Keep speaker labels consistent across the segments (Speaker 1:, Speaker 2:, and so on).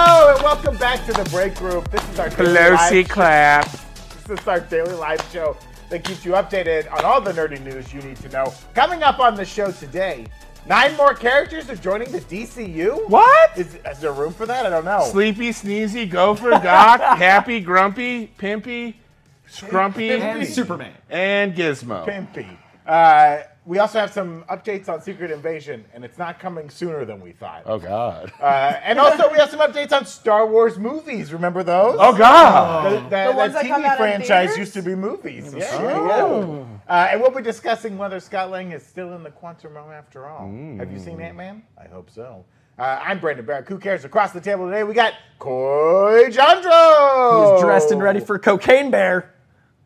Speaker 1: Welcome back to the break group. This is our daily
Speaker 2: Pelosi
Speaker 1: live-
Speaker 2: clap.
Speaker 1: This is our daily live show that keeps you updated on all the nerdy news you need to know. Coming up on the show today, nine more characters are joining the DCU.
Speaker 2: What?
Speaker 1: Is, is there room for that? I don't know.
Speaker 2: Sleepy, sneezy, gopher, gawk, happy, grumpy, pimpy, scrumpy,
Speaker 1: Pimpy.
Speaker 3: and Superman.
Speaker 2: and gizmo.
Speaker 1: Pimpy. Uh, we also have some updates on Secret Invasion, and it's not coming sooner than we thought.
Speaker 2: Oh God.
Speaker 1: Uh, and also, we have some updates on Star Wars movies. Remember those?
Speaker 2: Oh God.
Speaker 1: The, that-
Speaker 4: ones
Speaker 1: that
Speaker 4: that come
Speaker 1: TV
Speaker 4: out in
Speaker 1: franchise
Speaker 4: theaters?
Speaker 1: used to be movies. Yeah,
Speaker 2: Oh.
Speaker 1: yeah. Uh, and we'll be discussing whether Scott Lang is still in the quantum realm after all.
Speaker 3: Mm.
Speaker 1: Have you seen Ant Man? I hope so. Uh, I'm Brandon Barrick. Who cares? Across the table today, we got Coy Jandro.
Speaker 3: He's dressed and ready for Cocaine Bear.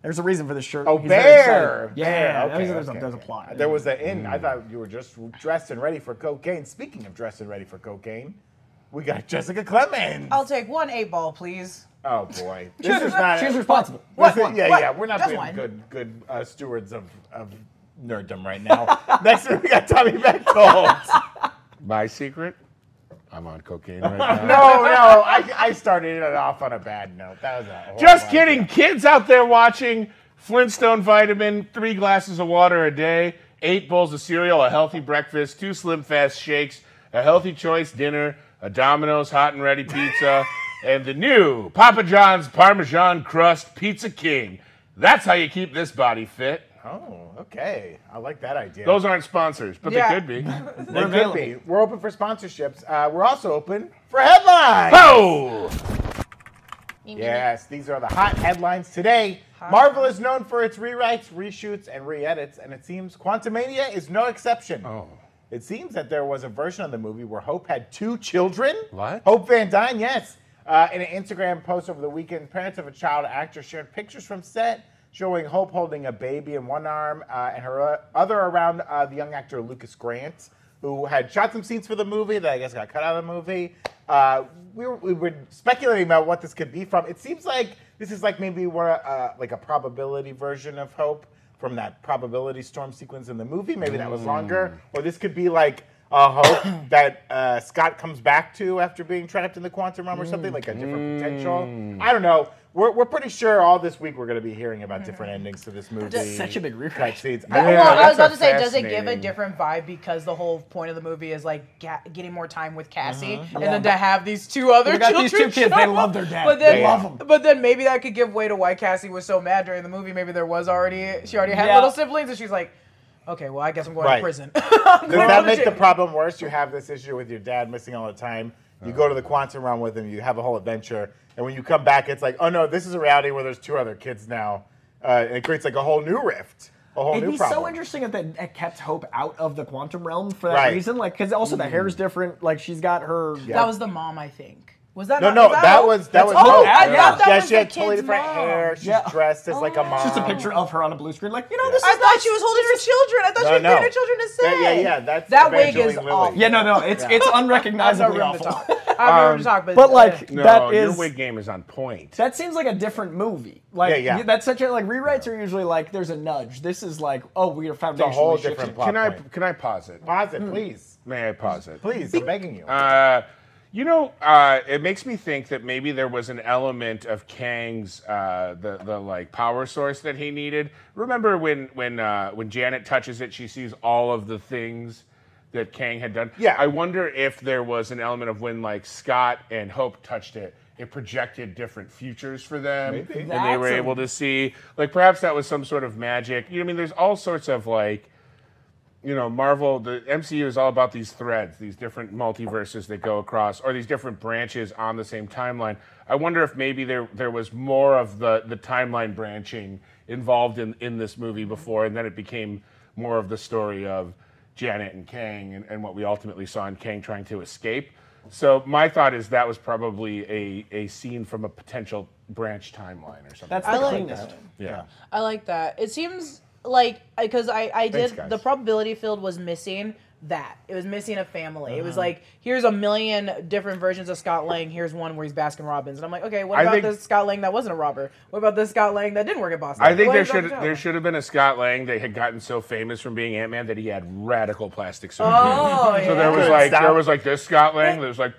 Speaker 3: There's a reason for this shirt.
Speaker 1: Oh,
Speaker 3: He's very
Speaker 1: bear.
Speaker 3: excited. Yeah,
Speaker 1: Bear,
Speaker 3: that
Speaker 1: okay,
Speaker 3: was- there's,
Speaker 1: okay,
Speaker 3: a, there's a
Speaker 1: okay.
Speaker 3: plot. Mm.
Speaker 1: There was an in. I thought you were just dressed and ready for cocaine. Speaking of dressed and ready for cocaine, we got Jessica Clemens.
Speaker 3: Oh.
Speaker 4: I'll take one eight ball, please.
Speaker 1: Oh boy, this is not.
Speaker 3: She was responsible.
Speaker 1: This
Speaker 4: What?
Speaker 1: is-
Speaker 4: One,
Speaker 1: yeah,
Speaker 4: one.
Speaker 1: yeah, we're not
Speaker 4: Just
Speaker 1: being
Speaker 4: one.
Speaker 1: good, good uh, stewards of, of nerddom right now. Next week we got Tommy Beckholt.
Speaker 2: My secret. I'm on cocaine right now.
Speaker 1: no, no, I, I started it off on a bad note. That was a horrible
Speaker 2: Just
Speaker 1: idea.
Speaker 2: kidding. Kids out there watching Flintstone vitamin, three glasses of water a day, eight bowls of cereal, a healthy breakfast, two Slim Fast shakes, a healthy choice dinner, a Domino's hot and ready pizza, and the new Papa John's Parmesan Crust Pizza King. That's how you keep this body fit.
Speaker 1: Oh, okay, I like that idea.
Speaker 2: Those aren't sponsors, but
Speaker 4: Yeah.
Speaker 2: they could be.
Speaker 1: They could
Speaker 3: available.
Speaker 1: be. We're open for sponsorships. Uh, we're also open for headlines.
Speaker 2: Oh!
Speaker 1: Yes, these are the hot headlines today.
Speaker 4: Hot.
Speaker 1: Marvel is known for its rewrites, reshoots, and re-edits, and it seems Quantumania is no exception.
Speaker 2: Oh.
Speaker 1: It seems that there was a version of the movie where Hope had two children.
Speaker 2: What?
Speaker 1: Hope Van Dyne, yes. Uh, in an Instagram post over the weekend, parents of a child actor shared pictures from set showing Hope holding a baby in one arm uh, and her o- other around uh, the young actor Lucas Grant, who had shot some scenes for the movie that I guess got cut out of the movie. Uh, we, were, we were speculating about what this could be from. It seems like this is like maybe one, uh, like a probability version of Hope from that probability storm sequence in the movie. Maybe that was longer. Or this could be like a hope that uh, Scott comes back to after being trapped in the quantum realm or something, like a different potential. I don't know. We're, we're pretty sure all this week we're going to be hearing about different endings to this movie.
Speaker 3: such a big rewrite.
Speaker 1: Cut scenes.
Speaker 2: Yeah,
Speaker 1: I,
Speaker 4: well, I
Speaker 2: that's
Speaker 4: was about
Speaker 2: a
Speaker 4: to say, does it give a
Speaker 2: fascinating-
Speaker 4: different vibe because the whole point of the movie is like ga- getting more time with Cassie,
Speaker 1: Uh-huh.
Speaker 4: and
Speaker 3: Yeah.
Speaker 4: then to have these two other
Speaker 3: We got
Speaker 4: children
Speaker 3: these two kids.
Speaker 4: show
Speaker 3: They
Speaker 4: up.
Speaker 3: love their dad.
Speaker 4: But then,
Speaker 1: They love 'em.
Speaker 4: But then maybe that could give way to why Cassie was so mad during the movie. Maybe there was already she already had
Speaker 3: Yeah.
Speaker 4: little siblings, and she's like, okay, well, I guess I'm going
Speaker 1: Right.
Speaker 4: to prison.
Speaker 1: does that make the problem worse? You have this issue with your dad missing all the time. You go to the quantum realm with him. You have a whole adventure, and when you come back, it's like, oh no, this is a reality where there's two other kids now. Uh, and it creates like a whole new rift, a whole
Speaker 3: It'd
Speaker 1: new
Speaker 3: be
Speaker 1: problem.
Speaker 3: so interesting if that that kept Hope out of the quantum realm for that
Speaker 1: Right. Mm.
Speaker 3: reason. Like, because also the hair's different. Like, she's got her.
Speaker 4: That was the mom, I think. Was that
Speaker 1: No,
Speaker 4: not-
Speaker 1: no,
Speaker 4: was
Speaker 1: that,
Speaker 4: Hope?
Speaker 1: was that was.
Speaker 3: That's
Speaker 1: Hope.
Speaker 3: Hope. I
Speaker 1: yeah.
Speaker 3: thought
Speaker 4: that
Speaker 1: Yeah,
Speaker 4: was
Speaker 1: she had
Speaker 4: the
Speaker 1: totally
Speaker 4: kid's
Speaker 1: different
Speaker 4: mom.
Speaker 1: hair. She's
Speaker 3: Yeah.
Speaker 1: dressed as like a mom.
Speaker 3: Just a picture of her on a blue screen. Like, you know, this
Speaker 4: I
Speaker 3: is not.
Speaker 4: thought she was holding her children. I thought she was
Speaker 1: No, no.
Speaker 4: bringing her children to
Speaker 1: That-
Speaker 4: set.
Speaker 1: yeah, yeah, that's
Speaker 4: that wig is
Speaker 1: Evangeline Lilly.
Speaker 4: awful.
Speaker 3: Yeah, no, no. It's it's
Speaker 4: I have no
Speaker 3: unrecognizably
Speaker 4: room to
Speaker 3: awful.
Speaker 4: talk. I have no room to talk. Um, But,
Speaker 3: But like
Speaker 2: No,
Speaker 3: that
Speaker 2: your
Speaker 3: is
Speaker 2: wig game is on point.
Speaker 3: That seems like a different movie. Like
Speaker 1: Yeah, yeah.
Speaker 3: that's such a like rewrites are usually like there's a nudge. This is like oh we are foundationally
Speaker 1: whole
Speaker 3: shifting.
Speaker 1: different plot.
Speaker 2: Can I
Speaker 1: point.
Speaker 2: can I pause it?
Speaker 1: Pause
Speaker 3: Hmm.
Speaker 1: it, please.
Speaker 2: May I pause it?
Speaker 1: Please, I'm begging you.
Speaker 2: Uh, you know, uh, it makes me think that maybe there was an element of Kang's uh, the the like power source that he needed. Remember when when uh, when Janet touches it, she sees all of the things that Kang had done.
Speaker 1: Yeah.
Speaker 2: I wonder if there was an element of when like Scott and Hope touched it. It projected different futures for them,
Speaker 1: Maybe.
Speaker 2: and they were
Speaker 3: That's a-
Speaker 2: able to see. Like perhaps that was some sort of magic. You know, what I mean, there's all sorts of like you know, Marvel, the MCU is all about these threads, these different multiverses that go across, or these different branches on the same timeline. I wonder if maybe there there was more of the the timeline branching involved in in this movie before, and then it became more of the story of Janet and Kang, and, and what we ultimately saw in Kang trying to escape. So my thought is that was probably a a scene from a potential branch timeline or something.
Speaker 3: That's
Speaker 4: I
Speaker 3: the
Speaker 4: like
Speaker 3: cleanest.
Speaker 4: that.
Speaker 2: yeah.
Speaker 4: I like that. It seems like because I I did
Speaker 2: Thanks, guys.
Speaker 4: the probability field was missing that it was missing a family. It was like here's a million different versions of Scott Lang. Here's one where he's Baskin Robbins, and I'm like, okay, what
Speaker 2: I
Speaker 4: about
Speaker 2: think-
Speaker 4: this Scott Lang that wasn't a robber? What about this Scott Lang that didn't work at Boston?
Speaker 2: I think
Speaker 4: What
Speaker 2: there
Speaker 4: about
Speaker 2: should
Speaker 4: this Scott
Speaker 2: there
Speaker 4: Lang?
Speaker 2: should have been a Scott Lang that had gotten so famous from being Ant Man that he had radical plastic surgery.
Speaker 4: Oh,
Speaker 2: so there
Speaker 4: yeah.
Speaker 2: was
Speaker 1: Good
Speaker 2: like
Speaker 1: Scott.
Speaker 2: there was like this Scott Lang. There was like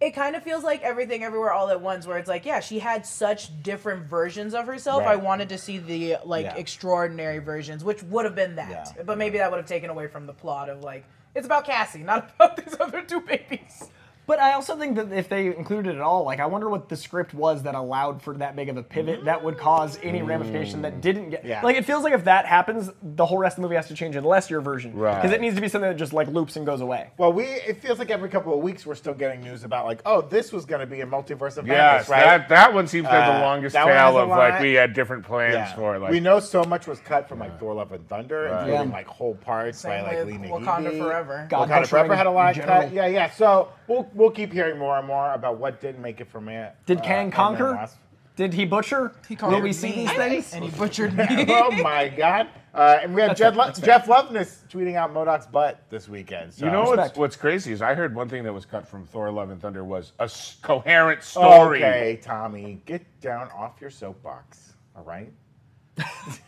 Speaker 4: it kind of feels like everything everywhere all at once where it's like yeah she had such different versions of herself i
Speaker 1: Right.
Speaker 4: wanted to see the like
Speaker 1: Yeah.
Speaker 4: extraordinary versions which would have been that
Speaker 1: Yeah.
Speaker 4: but maybe that would have taken away from the plot of like it's about cassie not about these other two babies
Speaker 3: But I also think that if they included it at all, like I wonder what the script was that allowed for that big of a pivot that would cause any ramification that didn't get.
Speaker 1: Yeah.
Speaker 3: Like it feels like if that happens, the whole rest of the movie has to change unless your version, Because
Speaker 2: Right.
Speaker 3: it needs to be something that just like loops and goes away.
Speaker 1: Well, we it feels like every couple of weeks we're still getting news about like, oh, this was going to be a multiverse of madness,
Speaker 2: Yes,
Speaker 1: right?
Speaker 2: that that one seems to have the
Speaker 1: Uh,
Speaker 2: longest
Speaker 1: that one has
Speaker 2: tale
Speaker 1: a
Speaker 2: of like
Speaker 1: lot.
Speaker 2: we had different plans
Speaker 1: Yeah.
Speaker 2: for like.
Speaker 1: we know so much was cut from like Thor: Love and Thunder, including
Speaker 3: Yeah.
Speaker 1: like whole parts
Speaker 4: Same
Speaker 1: by like
Speaker 4: with
Speaker 1: Lena
Speaker 4: Wakanda
Speaker 1: Headey.
Speaker 4: Forever.
Speaker 1: Wakanda
Speaker 3: God Butchering
Speaker 1: Forever had a lot
Speaker 3: in
Speaker 1: cut.
Speaker 3: general.
Speaker 1: Yeah, yeah. So we'll we'll keep hearing more and more about what didn't make it for man.
Speaker 3: Did
Speaker 1: uh,
Speaker 3: Kang
Speaker 1: Ant-Man
Speaker 3: conquer?
Speaker 1: Wasp.
Speaker 3: Did he butcher? Will we see these things?
Speaker 4: and he butchered me
Speaker 1: oh my god! Uh, and we have Jeff, Lo- Jeff Loveness tweeting out Modoc's butt this weekend. So.
Speaker 2: you know what's,
Speaker 3: Respect.
Speaker 2: what's crazy is I heard one thing that was cut from Thor: Love and Thunder was a s- coherent story.
Speaker 1: Okay, Tommy, get down off your soapbox. All right.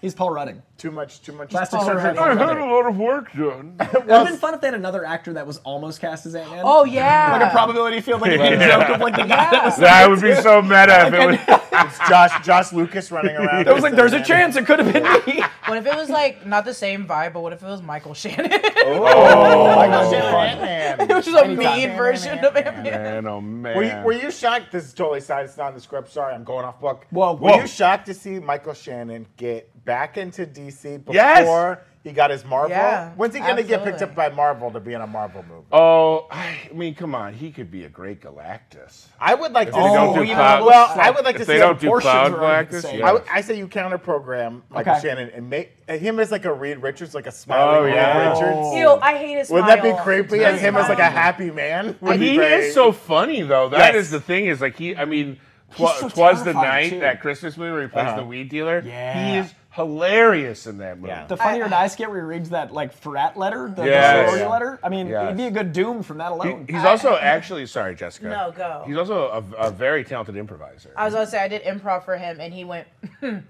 Speaker 3: He's Paul Rudding.
Speaker 1: Too much. Too much.
Speaker 3: Plastic surgery.
Speaker 2: I
Speaker 3: Paul
Speaker 2: had a
Speaker 3: Rudding.
Speaker 2: lot of work done.
Speaker 3: It would have been fun if they had another actor that was almost cast as Ant Man.
Speaker 4: oh yeah
Speaker 3: Like a probability field, like a big
Speaker 2: Yeah.
Speaker 3: joke of like the guy that was.
Speaker 2: that would be so meta if it was.
Speaker 1: It's Josh. Josh Lucas running around.
Speaker 3: That was like, there's a chance it could have been me.
Speaker 4: what if it was like not the same vibe but what if it was michael shannon
Speaker 2: oh,
Speaker 1: Michael
Speaker 2: fun.
Speaker 1: Shannon
Speaker 4: it
Speaker 1: Ant-Man.
Speaker 4: was just a
Speaker 3: Anytime.
Speaker 4: mean version of ant
Speaker 2: Man, oh man.
Speaker 1: Were you, were you shocked? This is totally side. It's not in the script. Sorry, I'm going off book.
Speaker 3: Whoa.
Speaker 1: Were
Speaker 3: Whoa.
Speaker 1: you shocked to see Michael Shannon get back into DC before
Speaker 2: Yes.
Speaker 1: he got his Marvel?
Speaker 4: Yeah,
Speaker 1: When's he going to get picked
Speaker 4: absolutely.
Speaker 1: up by Marvel to be in a Marvel movie?
Speaker 2: Oh, I mean, come on. He could be a great Galactus.
Speaker 1: I would like to.
Speaker 2: If they don't
Speaker 3: Oh,
Speaker 2: do
Speaker 3: even
Speaker 2: Cloud,
Speaker 3: though-
Speaker 1: well, I would like
Speaker 2: if
Speaker 1: to
Speaker 2: they
Speaker 1: see
Speaker 2: don't
Speaker 1: him-
Speaker 2: do
Speaker 3: portions
Speaker 2: Cloud
Speaker 3: are
Speaker 2: Galactus.
Speaker 3: insane.
Speaker 2: yes.
Speaker 1: I would- I say you counter program Michael
Speaker 3: Okay.
Speaker 1: Shannon and make uh, him as like a Reed Richards, like a smiling
Speaker 2: Oh,
Speaker 1: Reed
Speaker 2: yeah.
Speaker 1: Richards.
Speaker 4: Ew, I hate his
Speaker 1: Wouldn't that be
Speaker 4: smile.
Speaker 1: creepy?
Speaker 4: His
Speaker 1: And him as like a
Speaker 4: smile.
Speaker 1: happy man. Would
Speaker 2: But
Speaker 1: be
Speaker 2: he
Speaker 1: great.
Speaker 2: is so funny though. That is
Speaker 1: Yes.
Speaker 2: the thing is like he. I mean, twa,
Speaker 3: He's so
Speaker 2: twas the
Speaker 3: terrifying,
Speaker 2: night
Speaker 3: too.
Speaker 2: that Christmas movie where he plays
Speaker 1: Uh-huh.
Speaker 2: the weed dealer.
Speaker 3: Yeah.
Speaker 2: he is hilarious in that movie.
Speaker 1: Yeah.
Speaker 3: The funnier die skit where he reads that like frat letter, the, the
Speaker 2: Yes.
Speaker 3: sorority letter. I mean,
Speaker 2: Yes.
Speaker 3: it'd be a good doom from that
Speaker 2: He-
Speaker 3: alone.
Speaker 2: he's also actually sorry, Jessica.
Speaker 4: No, go.
Speaker 2: He's also a, a very talented improviser.
Speaker 4: I was gonna say I did improv for him, and he went, and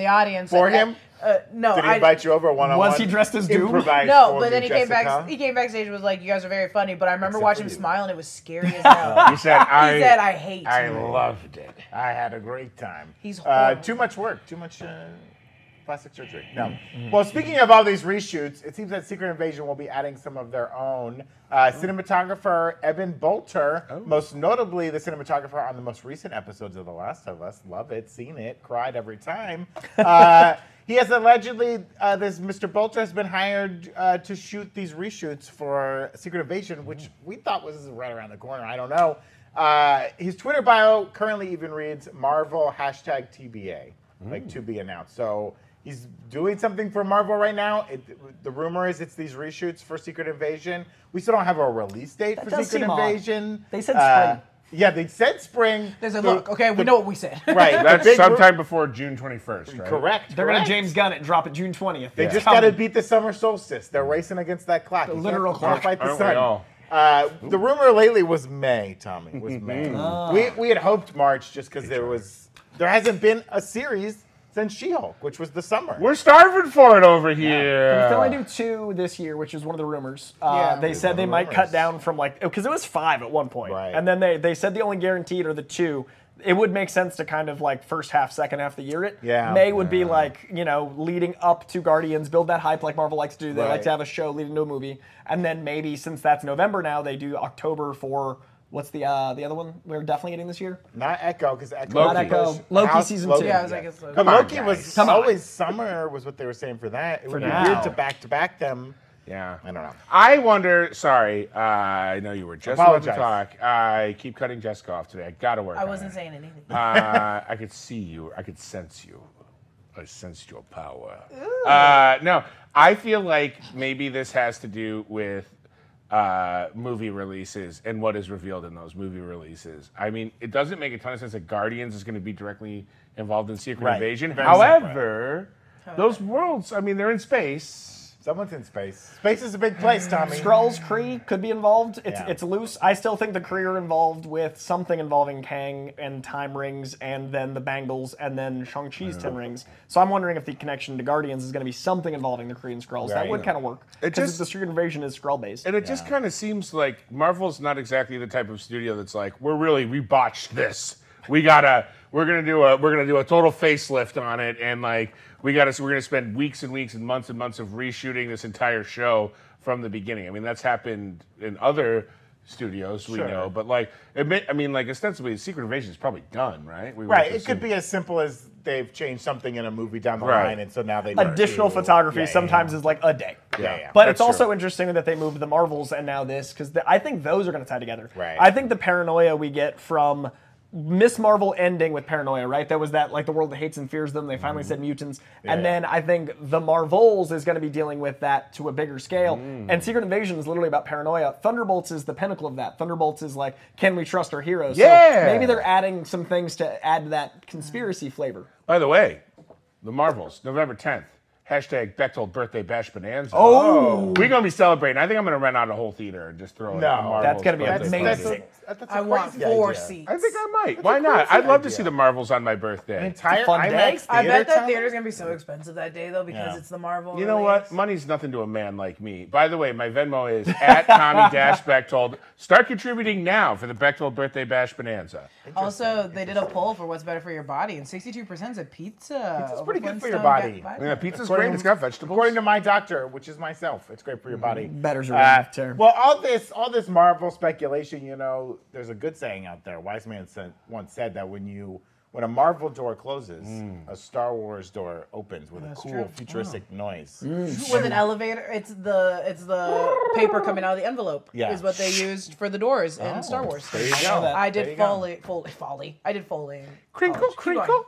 Speaker 4: the audience
Speaker 1: For him?
Speaker 4: Uh, no,
Speaker 1: Did he
Speaker 4: I,
Speaker 1: invite you over one on one?
Speaker 3: Was he dressed as Doom?
Speaker 4: no, but then he came back. He came backstage and was like, "You guys are very funny," but I remember
Speaker 1: Except
Speaker 4: watching
Speaker 1: for
Speaker 4: him
Speaker 1: you.
Speaker 4: smile, and it was scary as hell.
Speaker 2: he said, "I."
Speaker 4: he said, "I hate."
Speaker 2: I
Speaker 4: you."
Speaker 2: loved it.
Speaker 1: I had a great time.
Speaker 4: He's
Speaker 1: uh,
Speaker 4: horrible.
Speaker 1: too much work. Too much uh, plastic surgery. No.
Speaker 4: Mm-hmm.
Speaker 1: Well, speaking of all these reshoots, it seems that Secret Invasion will be adding some of their own. Uh,
Speaker 4: Oh.
Speaker 1: Cinematographer Eben Bolter, most notably the cinematographer on the most recent episodes of The Last of Us, love it, seen it, cried every time. Uh, He has allegedly, uh, this Mr. Bolter has been hired uh, to shoot these reshoots for Secret Invasion, which
Speaker 4: Mm-hmm.
Speaker 1: we thought was right around the corner. I don't know. Uh, his Twitter bio currently even reads Marvel hashtag TBA, like to be announced. So he's doing something for Marvel right now. It, the rumor is it's these reshoots for Secret Invasion. We still don't have a release date for
Speaker 3: does
Speaker 1: Secret
Speaker 3: seem odd.
Speaker 1: Invasion. Uh,
Speaker 3: They said spring.
Speaker 1: Yeah, they said spring.
Speaker 4: There's a
Speaker 1: The-
Speaker 4: look. Okay, we
Speaker 1: the-
Speaker 4: know what we said.
Speaker 1: Right. the
Speaker 2: That's
Speaker 1: big ru-
Speaker 2: sometime before June 21st, right?
Speaker 1: Correct.
Speaker 3: They're gonna
Speaker 1: correct.
Speaker 3: James Gunn it and drop it June twentieth.
Speaker 1: They just got to beat the summer solstice. They're racing against that clock. The
Speaker 3: literal clock.
Speaker 1: Fight the
Speaker 2: Aren't we
Speaker 1: sun.
Speaker 2: all? Mm-hmm.
Speaker 1: Uh, the rumor lately was May, Tommy. Was May.
Speaker 3: Ah.
Speaker 1: we, we had hoped March just because there was there hasn't been a series since She-Hulk, which was the summer.
Speaker 2: We're starving for it over here.
Speaker 3: They only do two this year, which is one of the rumors. Uh,
Speaker 4: Yeah.
Speaker 3: they
Speaker 1: It's
Speaker 3: said
Speaker 1: one of
Speaker 3: they
Speaker 1: the
Speaker 3: might
Speaker 1: rumors.
Speaker 3: cut down from like because it was five at one point,
Speaker 1: Right.
Speaker 3: and then they they said the only guaranteed are the two. It would make sense to kind of like first half, second half of the year. It
Speaker 1: Yeah.
Speaker 3: May would be like you know leading up to Guardians, build that hype like Marvel likes to do. They
Speaker 1: Right.
Speaker 3: like to have a show leading to a movie, and then maybe since that's November now, they do October for what's the uh, the other one we're definitely getting this year?
Speaker 1: not Echo because Echo.
Speaker 2: Not
Speaker 1: was-
Speaker 3: Echo. Loki
Speaker 1: House-
Speaker 3: season two.
Speaker 4: Yeah, I was like, it's Loki.
Speaker 1: But
Speaker 2: Come on,
Speaker 1: Loki was
Speaker 2: guys.
Speaker 3: Come on.
Speaker 1: always summer was what they were saying for that. It would be
Speaker 3: now.
Speaker 1: weird to back to back them.
Speaker 2: Yeah.
Speaker 1: I don't know.
Speaker 2: I wonder. Sorry, uh, I know you were just about to
Speaker 1: Apologize.
Speaker 2: talk. I keep cutting Jessica off today. I gotta work.
Speaker 4: I
Speaker 2: on
Speaker 4: wasn't
Speaker 2: it.
Speaker 4: saying anything.
Speaker 2: Uh, I could see you. I could sense you. I sensed your power. Uh, no, I feel like maybe this has to do with uh, movie releases and what is revealed in those movie releases. I mean, it doesn't make a ton of sense that Guardians is going to be directly involved in Secret
Speaker 1: Right.
Speaker 2: Invasion.
Speaker 1: Very
Speaker 2: However, those worlds, I mean, they're in space.
Speaker 1: Someone's in space. Space is a big place, Tommy.
Speaker 3: Skrulls, Kree could be involved. It's
Speaker 1: Yeah.
Speaker 3: it's loose. I still think the Kree are involved with something involving Kang and Time Rings, and then the Bangles, and then Shang Chi's
Speaker 1: Mm-hmm.
Speaker 3: Ten Rings. So I'm wondering if the connection to Guardians is going to be something involving the Kree and Skrulls. That
Speaker 1: Right.
Speaker 3: would kind of work
Speaker 2: It
Speaker 3: because
Speaker 2: just-
Speaker 3: the Secret Invasion is Skrull based.
Speaker 2: And it just kind of seems like Marvel's not exactly the type of studio that's like, we're really we botched this. We gotta we're gonna do a we're gonna do a total facelift on it, and like we gotta so we're gonna spend weeks and weeks and months and months of reshooting this entire show from the beginning. I mean, that's happened in other studios we
Speaker 1: Sure.
Speaker 2: know, but like admit, I mean, like ostensibly, Secret Invasion is probably done, right? We
Speaker 1: Right. It could be as simple as they've changed something in a movie down the
Speaker 2: Right.
Speaker 1: line, and so now they
Speaker 3: Additional
Speaker 1: do-
Speaker 3: photography
Speaker 1: Yeah, yeah,
Speaker 3: sometimes is like a day.
Speaker 1: Yeah, yeah.
Speaker 3: But
Speaker 2: That's
Speaker 3: it's also
Speaker 2: true.
Speaker 3: interesting that they moved the Marvels and now this because I think those are going to tie together.
Speaker 1: Right.
Speaker 3: I think the paranoia we get from Miss Marvel ending with paranoia, right? That was that like the world that hates and fears them. They finally said mutants, and
Speaker 1: Mm-hmm. Yeah.
Speaker 3: then I think the Marvels is going to be dealing with that to a bigger scale.
Speaker 1: Mm.
Speaker 3: And Secret Invasion is literally about paranoia. Thunderbolts is the pinnacle of that. Thunderbolts is like, can we trust our heroes?
Speaker 2: Yeah.
Speaker 3: So maybe they're adding some things to add to that conspiracy flavor.
Speaker 2: By the way, the Marvels, November 10th. Hashtag Bechtel birthday bash bonanza.
Speaker 3: Oh.
Speaker 2: We're going to be celebrating. I think I'm going to rent out a whole theater and just throw in
Speaker 1: No.
Speaker 2: a Marvels
Speaker 3: That's gotta be
Speaker 2: birthday
Speaker 1: yeah.
Speaker 3: amazing.
Speaker 1: That's,
Speaker 2: party.
Speaker 1: a,
Speaker 3: Amazing.
Speaker 1: that's a
Speaker 4: I want
Speaker 1: crazy
Speaker 4: four
Speaker 1: idea.
Speaker 4: seats.
Speaker 2: I think I might. Why not? I'd love to
Speaker 1: idea.
Speaker 2: see the Marvels on my birthday.
Speaker 1: Entire
Speaker 3: fun day.
Speaker 1: IMAX
Speaker 4: I
Speaker 1: theater
Speaker 4: bet that
Speaker 1: time?
Speaker 4: theater's gonna be so expensive that day though because
Speaker 1: Yeah.
Speaker 4: it's the Marvel.
Speaker 2: You know
Speaker 4: release.
Speaker 2: what? Money's nothing to a man like me. By the way, my Venmo is at Tommy Dash Bechtold. Start contributing now for the Bechtold birthday bash bonanza.
Speaker 4: Also, they did a poll for what's better for your body, and 62% said pizza.
Speaker 1: Pizza's
Speaker 4: over
Speaker 1: pretty good for
Speaker 4: Flintstone
Speaker 1: your body.
Speaker 4: ba-
Speaker 2: Yeah, pizza's great. It's got vegetables.
Speaker 1: According to my doctor, which is myself, it's great for your body. Uh,
Speaker 3: Better's Mm-hmm. a relative term.
Speaker 1: Well, all this, all this Marvel speculation, you know, there's a good saying out there. Wise man said, once said that when you, when a Marvel door closes, a Star Wars door opens with a cool
Speaker 4: true. Oh.
Speaker 1: futuristic noise.
Speaker 4: With an elevator, it's the it's the paper coming out of the envelope.
Speaker 1: Yeah. Oh,
Speaker 4: is what they used for the doors in Star Wars.
Speaker 1: There you go.
Speaker 4: I
Speaker 1: There you
Speaker 4: did
Speaker 1: go.
Speaker 4: foley, foley, foley. I did foley.
Speaker 2: Crinkle,
Speaker 4: going.
Speaker 2: crinkle.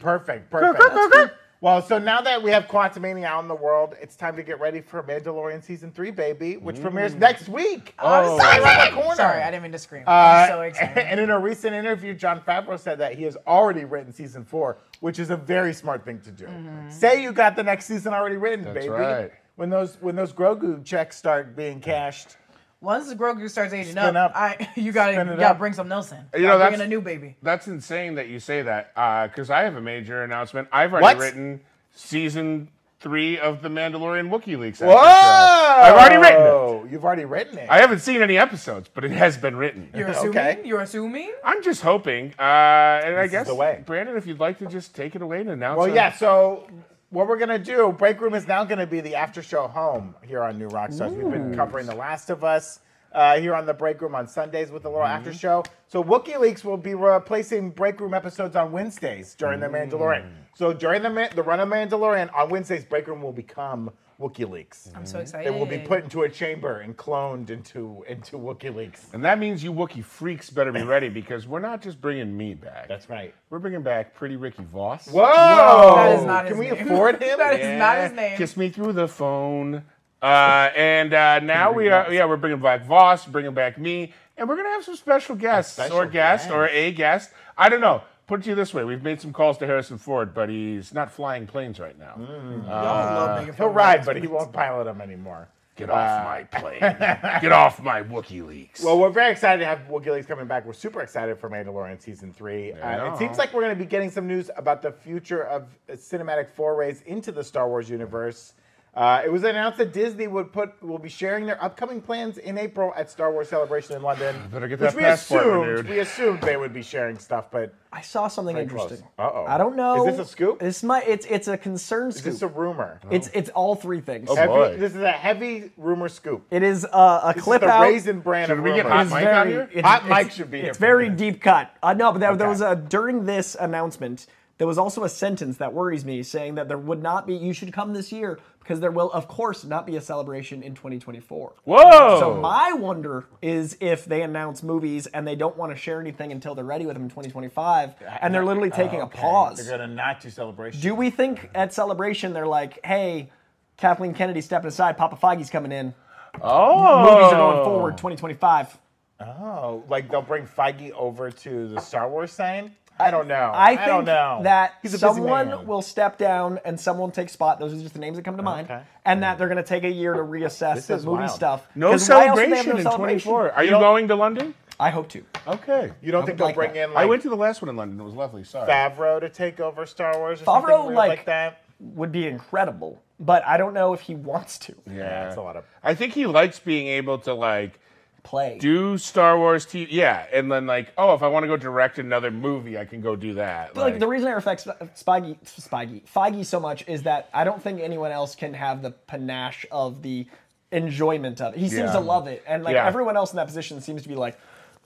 Speaker 1: Perfect, perfect. well, so now that we have Quantumania out in the world, it's time to get ready for Mandalorian season three, baby, which premieres next week.
Speaker 4: Oh,
Speaker 1: It's
Speaker 4: sorry,
Speaker 1: around the corner.
Speaker 4: sorry, I didn't mean to scream.
Speaker 1: Uh,
Speaker 4: I'm so excited.
Speaker 1: And in a recent interview, John Favreau said that he has already written season four, which is a very smart thing to do. Say you got the next season already written, baby.
Speaker 2: right.
Speaker 1: When those when those Grogu checks start being cashed,
Speaker 4: Once the Grogu starts aging
Speaker 1: Spin
Speaker 4: up,
Speaker 1: up.
Speaker 4: I you gotta
Speaker 1: Spin it
Speaker 4: you gotta
Speaker 1: up.
Speaker 4: bring something else in.
Speaker 2: You know,
Speaker 4: I'm bringing
Speaker 2: that's-
Speaker 4: a new baby.
Speaker 2: That's insane that you say that because I have a major announcement. I've already
Speaker 1: What?
Speaker 2: written season three of the Mandalorian Wookiee leaks.
Speaker 1: Whoa!
Speaker 2: I've already written it.
Speaker 1: You've already written it.
Speaker 2: I haven't seen any episodes, but it has been written.
Speaker 4: You're assuming.
Speaker 1: Okay.
Speaker 4: You're assuming.
Speaker 2: I'm just hoping, uh, and I
Speaker 1: This is
Speaker 2: guess
Speaker 1: the way.
Speaker 2: Brandon, if you'd like to just take it away and announce.
Speaker 1: well,
Speaker 2: it.
Speaker 1: Oh, yeah. So what we're gonna do? Break room is now gonna be the after show home here on New Rockstars. We've been covering The Last of Us. Uh, here on the break room on Sundays with a little after show. So WookieLeaks will be replacing break room episodes on Wednesdays during the Mandalorian. So during the Ma- the run of Mandalorian on Wednesdays, break room will become WookieLeaks.
Speaker 4: I'm so excited.
Speaker 1: It Mm-hmm. will be put into a chamber and cloned into into WookieLeaks.
Speaker 2: and that means you Wookiee freaks better be ready because we're not just bringing me back.
Speaker 1: That's right.
Speaker 2: We're bringing back Pretty Ricky Voss.
Speaker 1: Whoa!
Speaker 4: That is not
Speaker 1: Can
Speaker 4: his
Speaker 1: we
Speaker 4: name.
Speaker 1: afford him?
Speaker 4: That is not
Speaker 2: Yeah,
Speaker 4: his name.
Speaker 2: Eh, Kiss me through the phone. Uh, and uh, now we are, yeah, we're bringing back Voss, bringing back me, and we're gonna have some special guests
Speaker 1: special
Speaker 2: or guest or
Speaker 1: guest.
Speaker 2: a guest. I don't know. Put it to you this way: we've made some calls to Harrison Ford, but he's not flying planes right now.
Speaker 4: Y'all love making fun
Speaker 1: He'll
Speaker 4: of
Speaker 1: ride,
Speaker 4: us.
Speaker 1: but he won't pilot him anymore.
Speaker 2: Get off my plane! Get off my WikiLeaks!
Speaker 1: Well, we're very excited to have WikiLeaks coming back. We're super excited for Mandalorian season three. Uh,
Speaker 2: know.
Speaker 1: it seems like we're going to be getting some news about the future of uh, cinematic forays into the Star Wars universe. Uh, it was announced that Disney would put will be sharing their upcoming plans in April at Star Wars Celebration in London.
Speaker 2: Better get
Speaker 1: which
Speaker 2: that
Speaker 1: we
Speaker 2: passport
Speaker 1: assumed
Speaker 2: renewed.
Speaker 1: we assumed they would be sharing stuff, but
Speaker 3: I saw something
Speaker 1: Pretty close.
Speaker 3: interesting.
Speaker 1: Uh-oh.
Speaker 3: I don't know.
Speaker 1: Is this a scoop?
Speaker 3: This might. It's it's a concern
Speaker 1: is
Speaker 3: scoop.
Speaker 1: this a rumor?
Speaker 3: It's it's all three things.
Speaker 2: Oh,
Speaker 1: Heavy-
Speaker 2: boy.
Speaker 1: this is a heavy rumor scoop.
Speaker 3: It is uh, a
Speaker 1: This
Speaker 3: clip
Speaker 1: is the
Speaker 3: out.
Speaker 1: raisin brand
Speaker 2: Should
Speaker 1: of
Speaker 2: we get
Speaker 1: rumors.
Speaker 2: hot
Speaker 3: It's
Speaker 2: mic
Speaker 3: very-
Speaker 2: on here?
Speaker 3: it's-
Speaker 1: Hot
Speaker 3: it's-
Speaker 1: mic should be here
Speaker 3: It's
Speaker 1: for
Speaker 3: very
Speaker 1: this.
Speaker 3: deep cut. Uh, no, but there, there
Speaker 1: Okay.
Speaker 3: was a during this announcement. There was also a sentence that worries me, saying that there would not be. You should come this year because there will, of course, not be a celebration in 2024.
Speaker 2: Whoa!
Speaker 3: So my wonder is if they announce movies and they don't want to share anything until they're ready with them in 2025, and they're literally taking a pause.
Speaker 1: They're going to not do celebration.
Speaker 3: Do we think at celebration they're like, hey, Kathleen Kennedy stepping aside, Papa Feige's coming in,
Speaker 2: oh,
Speaker 3: movies are going forward, 2025.
Speaker 1: Oh, like they'll bring Feige over to the Star Wars sign? I don't know.
Speaker 3: I think
Speaker 1: don't know.
Speaker 3: that
Speaker 1: He's a busy man.
Speaker 3: someone will step down and someone will take spot. Those are just the names that come to mind.
Speaker 1: Okay.
Speaker 3: And that they're going to take a year to reassess
Speaker 1: This
Speaker 3: the
Speaker 1: is
Speaker 3: movie
Speaker 1: wild.
Speaker 3: stuff.
Speaker 2: No
Speaker 3: 'Cause why else would they have
Speaker 2: celebration
Speaker 3: no
Speaker 2: in
Speaker 3: celebration?
Speaker 2: 24. Are you,
Speaker 1: don't-
Speaker 2: going to London?
Speaker 3: I hope to.
Speaker 2: Okay.
Speaker 1: you don't think they'll
Speaker 3: like
Speaker 1: bring
Speaker 3: that.
Speaker 1: in like
Speaker 2: I went to the last one in London. It was lovely. Sorry.
Speaker 1: Favreau to take over Star Wars or
Speaker 3: Favreau,
Speaker 1: something weird like,
Speaker 3: like-
Speaker 1: that?
Speaker 3: Would be incredible, but I don't know if he wants to
Speaker 1: Yeah, it's a lot of-
Speaker 2: I think he likes being able to like
Speaker 3: play.
Speaker 2: do Star Wars TV. Yeah, and then like, oh, if I want to go direct another movie, I can go do that.
Speaker 3: But, like, the reason I respect Spigey, Spigey, Feige so much is that I don't think anyone else can have the panache of the enjoyment of it. He seems
Speaker 2: Yeah.
Speaker 3: to love it, and like
Speaker 2: Yeah.
Speaker 3: everyone else in that position seems to be like,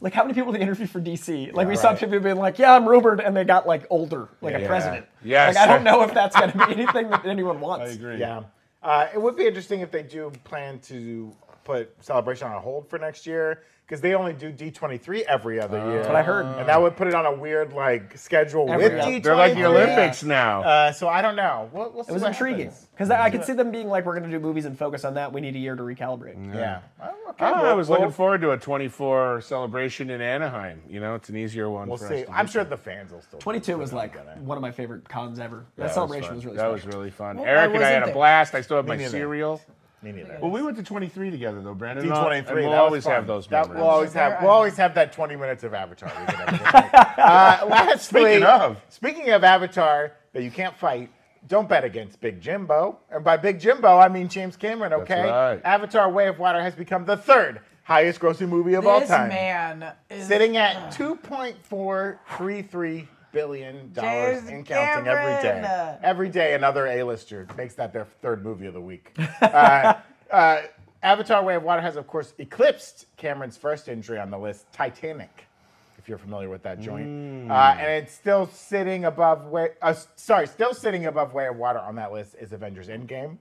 Speaker 3: like how many people did they interview for DC? Like we
Speaker 1: Yeah.
Speaker 3: saw
Speaker 1: Right.
Speaker 3: people being like, yeah, I'm rumored, and they got like older, like
Speaker 2: Yeah.
Speaker 3: a president.
Speaker 2: Yes.
Speaker 3: Like I don't know if that's gonna be anything that anyone wants.
Speaker 2: Hmm.
Speaker 1: Yeah. Uh, it would be interesting if they do plan to put Celebration on hold for next year because they only do D23 every other
Speaker 2: Oh.
Speaker 1: year. That's
Speaker 3: what I heard.
Speaker 1: And that would put it on a weird like schedule
Speaker 3: Every
Speaker 1: with
Speaker 3: other-
Speaker 1: D23.
Speaker 2: They're like the Olympics now.
Speaker 1: Uh, so I don't know. We'll, we'll see
Speaker 3: It was
Speaker 1: what
Speaker 3: intriguing
Speaker 1: happens.
Speaker 3: because I could see them being like, we're gonna do movies and focus on that. We need a year to
Speaker 2: Mm.
Speaker 3: recalibrate.
Speaker 1: Yeah. Well, okay,
Speaker 2: Ah, I
Speaker 1: we'll-
Speaker 2: was
Speaker 1: we'll-
Speaker 2: looking forward to a 24 celebration in Anaheim. You know, it's an easier one.
Speaker 1: We'll
Speaker 2: for
Speaker 1: see.
Speaker 2: Us to
Speaker 1: I'm
Speaker 2: do.
Speaker 1: sure the fans will still.
Speaker 3: Twenty two
Speaker 1: put
Speaker 3: was
Speaker 1: it
Speaker 3: like
Speaker 1: together.
Speaker 3: one of my favorite cons ever. That,
Speaker 2: That
Speaker 3: celebration
Speaker 2: fun.
Speaker 3: was, really
Speaker 2: That
Speaker 3: special.
Speaker 2: was really fun.
Speaker 4: Well, I
Speaker 2: Eric and I
Speaker 4: wasn't
Speaker 2: had a
Speaker 4: there.
Speaker 2: blast. I still have
Speaker 1: Me
Speaker 2: my
Speaker 1: neither.
Speaker 2: cereal.
Speaker 1: Me neither.
Speaker 2: Well, we went to 23 together though, Brandon. and I-
Speaker 1: D23.
Speaker 2: and
Speaker 1: that
Speaker 2: We'll
Speaker 1: was
Speaker 2: always
Speaker 1: fun.
Speaker 2: have those
Speaker 1: That-
Speaker 2: memories.
Speaker 1: We'll always have. We'll always have that 20 minutes of Avatar. we can have. uh, lastly,
Speaker 2: Speaking of.
Speaker 1: speaking of Avatar that you can't fight, don't bet against Big Jimbo. And by Big Jimbo, I mean James Cameron. Okay.
Speaker 2: right.
Speaker 1: Avatar: Way of Water has become the third highest-grossing movie of all
Speaker 4: This
Speaker 1: time,
Speaker 4: man is
Speaker 1: sitting at 2.433 billion dollars
Speaker 4: James
Speaker 1: and counting every day.
Speaker 4: Cameron.
Speaker 1: Every day, another A-lister makes that their third movie of the week. uh, uh, Avatar: Way of Water has, of course, eclipsed Cameron's first entry on the list, Titanic. If you're familiar with that joint,
Speaker 4: Hmm.
Speaker 1: uh, and it's still sitting above way. Uh, sorry, still sitting above Way of Water on that list is Avengers: Endgame,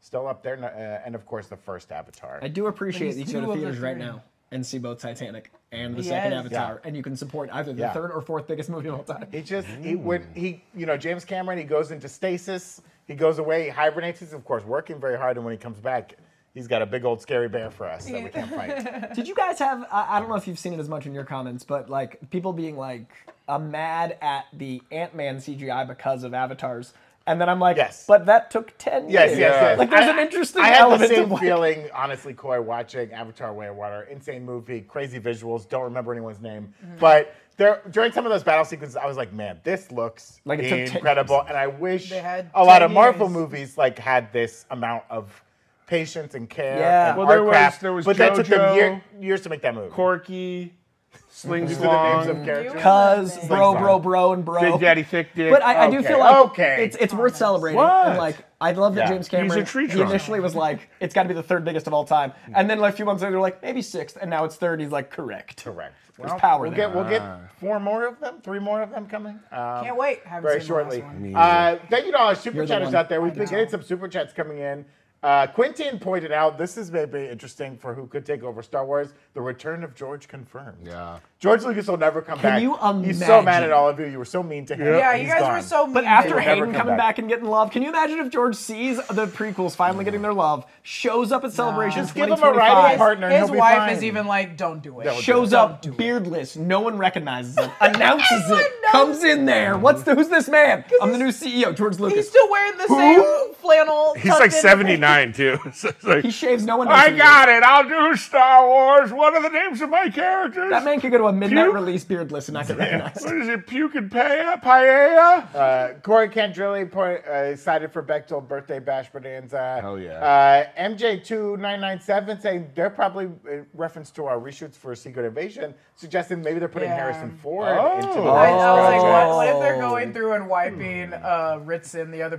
Speaker 1: still up there, uh, and of course the first Avatar.
Speaker 3: I do appreciate
Speaker 4: But
Speaker 3: that you
Speaker 4: he's
Speaker 3: can
Speaker 4: two
Speaker 3: go
Speaker 4: of
Speaker 3: to
Speaker 4: the
Speaker 3: theaters right
Speaker 4: three.
Speaker 3: now and see both Titanic and the second
Speaker 4: Yes.
Speaker 3: Avatar,
Speaker 1: Yeah.
Speaker 3: and you can support either the
Speaker 1: Yeah.
Speaker 3: third or fourth biggest movie of all time.
Speaker 1: He just he when he you know James Cameron he goes into stasis. He goes away. He hibernates. He's of course working very hard, and when he comes back, he's got a big old scary bear for us that we can't fight.
Speaker 3: Did you guys have? I, I don't know if you've seen it as much in your comments, but like people being like, "I'm mad at the Ant Man CGI because of Avatars," and then I'm like,
Speaker 1: Yes.
Speaker 3: but that took ten
Speaker 1: Yes, yes,
Speaker 3: years."
Speaker 1: yes.
Speaker 3: Like there's
Speaker 1: I-
Speaker 3: an interesting
Speaker 1: I had the
Speaker 3: element
Speaker 1: same
Speaker 3: of like,
Speaker 1: feeling, honestly, Coy, watching Avatar: Way of Water, insane movie, crazy visuals. Don't remember anyone's name,
Speaker 3: Mm-hmm.
Speaker 1: but there during some of those battle sequences, I was like, man, this looks
Speaker 3: Like, it took 10 years.
Speaker 1: incredible, and I wish
Speaker 4: They had
Speaker 1: a lot
Speaker 4: 10
Speaker 1: of Marvel
Speaker 4: years.
Speaker 1: movies like had this amount of. Patience and care.
Speaker 3: Yeah.
Speaker 1: and
Speaker 2: Well, there
Speaker 1: art
Speaker 2: was-
Speaker 1: craft,
Speaker 2: there was
Speaker 1: but that took them
Speaker 2: JoJo.
Speaker 1: year, years to make that movie.
Speaker 2: Corky, Sling
Speaker 1: These are the names of
Speaker 2: Slong,
Speaker 1: characters.
Speaker 3: "Cuz
Speaker 4: Like
Speaker 3: bro,
Speaker 1: that.
Speaker 3: bro, bro, and bro."
Speaker 2: Big Daddy Thick Dick.
Speaker 3: But I, I do
Speaker 1: Okay,
Speaker 3: feel like
Speaker 1: okay.
Speaker 3: it's it's worth celebrating.
Speaker 2: What?
Speaker 3: And like I love that
Speaker 1: Yeah.
Speaker 3: James Cameron.
Speaker 2: a tree
Speaker 3: he
Speaker 2: trunk.
Speaker 3: initially was like, it's got to be the third biggest of all time, and then like a few months later, they're like maybe sixth, and now it's third. He's like, correct.
Speaker 1: Correct.
Speaker 3: There's power
Speaker 1: We'll
Speaker 3: there.
Speaker 1: get we'll get four more of them, three more of them coming. Um,
Speaker 4: Can't wait. Haven't
Speaker 1: very
Speaker 4: seen the last
Speaker 1: shortly.
Speaker 4: one.
Speaker 1: Uh, thank you to all our super
Speaker 3: You're the
Speaker 1: chatters
Speaker 3: one.
Speaker 1: out there. We've
Speaker 3: I
Speaker 1: been
Speaker 3: know.
Speaker 1: getting some super chats coming in. Uh, Quentin pointed out this is maybe interesting for who could take over Star Wars. The return of George confirmed.
Speaker 2: Yeah.
Speaker 1: George Lucas will never come back.
Speaker 3: you
Speaker 1: He's so mad
Speaker 3: imagine?
Speaker 1: at all of you. You were so mean to him.
Speaker 4: Yeah,
Speaker 1: and
Speaker 4: you
Speaker 1: he's
Speaker 4: guys
Speaker 1: gone.
Speaker 4: were so mean.
Speaker 3: But after
Speaker 4: to him.
Speaker 1: never
Speaker 3: Hayden
Speaker 1: come
Speaker 3: coming
Speaker 1: back.
Speaker 3: back. and getting love, can you imagine if George sees the prequels finally getting their love, shows up at Celebration
Speaker 1: Just give him a writing
Speaker 3: 2025,
Speaker 1: partner and
Speaker 4: his
Speaker 1: he'll be
Speaker 4: wife
Speaker 1: fine.
Speaker 4: is even like, don't do it.
Speaker 3: shows up beardless, no one recognizes him, announces it, comes in there. What's the, who's this man? I'm the new CEO, George
Speaker 4: He's
Speaker 3: Lucas.
Speaker 4: still wearing the same flannel.
Speaker 2: He's like
Speaker 4: tucked in-
Speaker 2: 79 too. So it's like,
Speaker 3: He shaves no one.
Speaker 2: I
Speaker 3: notices.
Speaker 2: got it. I'll do Star Wars. What are the names of my characters?
Speaker 3: That man could go to a midnight
Speaker 2: Puke?
Speaker 3: release beardless and not get recognized.
Speaker 2: what is it? Puke and paella? Paella?
Speaker 1: Uh, Corey Candrilli point, uh, excited for Bechtel birthday bash bonanza.
Speaker 2: Hell yeah.
Speaker 1: Uh, MJ2997 saying they're probably in reference to our reshoots for Secret Invasion, suggesting maybe they're putting
Speaker 4: Yeah.
Speaker 1: Harrison Ford
Speaker 2: Oh.
Speaker 1: into the
Speaker 4: I,
Speaker 1: next
Speaker 4: I was like,
Speaker 1: project.
Speaker 4: what, what if they're going through and wiping uh, Ritson, the other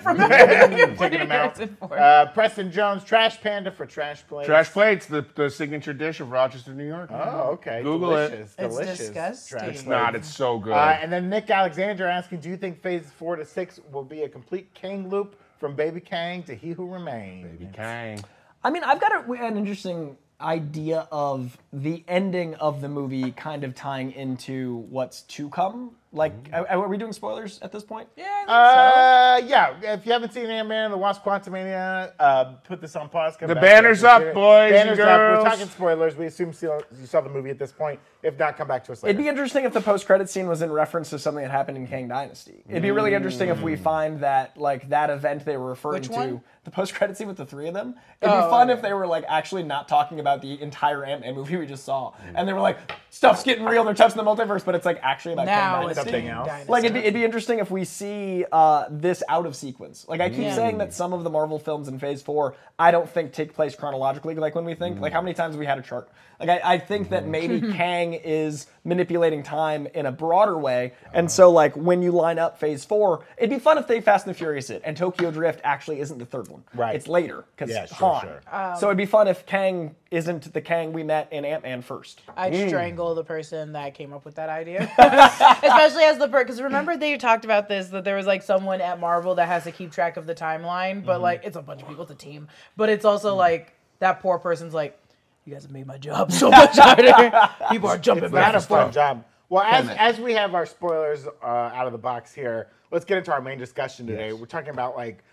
Speaker 4: from America?
Speaker 1: Hmm. Taking him out.
Speaker 4: Harrison Ford.
Speaker 1: Uh, Preston Jones, Trash Panda for Trash Plate.
Speaker 2: Trash plates, the, the signature dish of Rochester, New York.
Speaker 1: Oh, okay.
Speaker 2: Google it.
Speaker 1: delicious,
Speaker 4: It's
Speaker 1: Delicious.
Speaker 4: disgusting.
Speaker 1: Trash
Speaker 4: It's
Speaker 2: It's not. It's so good.
Speaker 1: Uh, and then Nick Alexander asking, do you think Phase Four to Six will be a complete Kang loop from Baby Kang to He Who Remains?
Speaker 2: Baby Kang.
Speaker 3: I mean, I've got a, an interesting idea of the ending of the movie kind of tying into what's to come Like,
Speaker 4: Mm-hmm.
Speaker 3: are, are we doing spoilers at this point?
Speaker 4: Yeah, I think
Speaker 1: Uh, yeah. If you haven't seen Ant-Man and the Wasp: Quantumania, uh, put this on pause. come
Speaker 2: The
Speaker 1: back to it.
Speaker 2: banner's up, boys and
Speaker 1: Banner's up.
Speaker 2: girls.
Speaker 1: We're talking spoilers. We assume you saw the movie at this point. If not, come back to us later.
Speaker 3: It'd be interesting if the post-credit scene was in reference to something that happened in Kang Dynasty. It'd be really interesting if we find that like that event they were referring
Speaker 4: Mm.
Speaker 3: to,
Speaker 4: Which one?
Speaker 3: the post-credit scene with the three of them. It'd
Speaker 4: Oh,
Speaker 3: be fun
Speaker 4: yeah.
Speaker 3: if they were like actually not talking about the entire Ant-Man movie we just saw,
Speaker 4: Mm.
Speaker 3: and they were like, "Stuff's getting real. They're touching the multiverse," but it's like actually about
Speaker 4: now
Speaker 3: Kang
Speaker 4: it's
Speaker 3: Dynasty.
Speaker 1: something else.
Speaker 3: Like it'd be, it'd be interesting if we see uh, this out of sequence. Like I keep
Speaker 4: Yeah.
Speaker 3: saying that some of the Marvel films in Phase Four, I don't think take place chronologically. Like when we think, like how many times have we had a chart? Like I, I think
Speaker 1: Mm-hmm.
Speaker 3: that maybe Kang is manipulating time in a broader way,
Speaker 1: Uh-huh.
Speaker 3: and so like when you line up Phase Four, it'd be fun if they Fast and the Furious it, and Tokyo Drift actually isn't the third one.
Speaker 1: Right.
Speaker 3: it's later because
Speaker 1: Yeah, sure,
Speaker 3: Han.
Speaker 1: sure.
Speaker 3: so it'd be fun if Kang isn't the Kang we met in Ant Man first.
Speaker 4: I'd strangle the person that came up with that idea. Especially as the per because remember they talked about this that there was like someone at Marvel that has to keep track of the timeline,
Speaker 1: Mm-hmm.
Speaker 4: but like it's a bunch of people, it's a team. But it's also
Speaker 1: Mm.
Speaker 4: like that poor person's like, You guys have made my job so much harder. People are jumping back
Speaker 1: not a
Speaker 4: and
Speaker 1: fun
Speaker 4: forth.
Speaker 1: job. Well, as, as we have our spoilers uh, out of the box here, let's get into our main discussion today. We're talking about like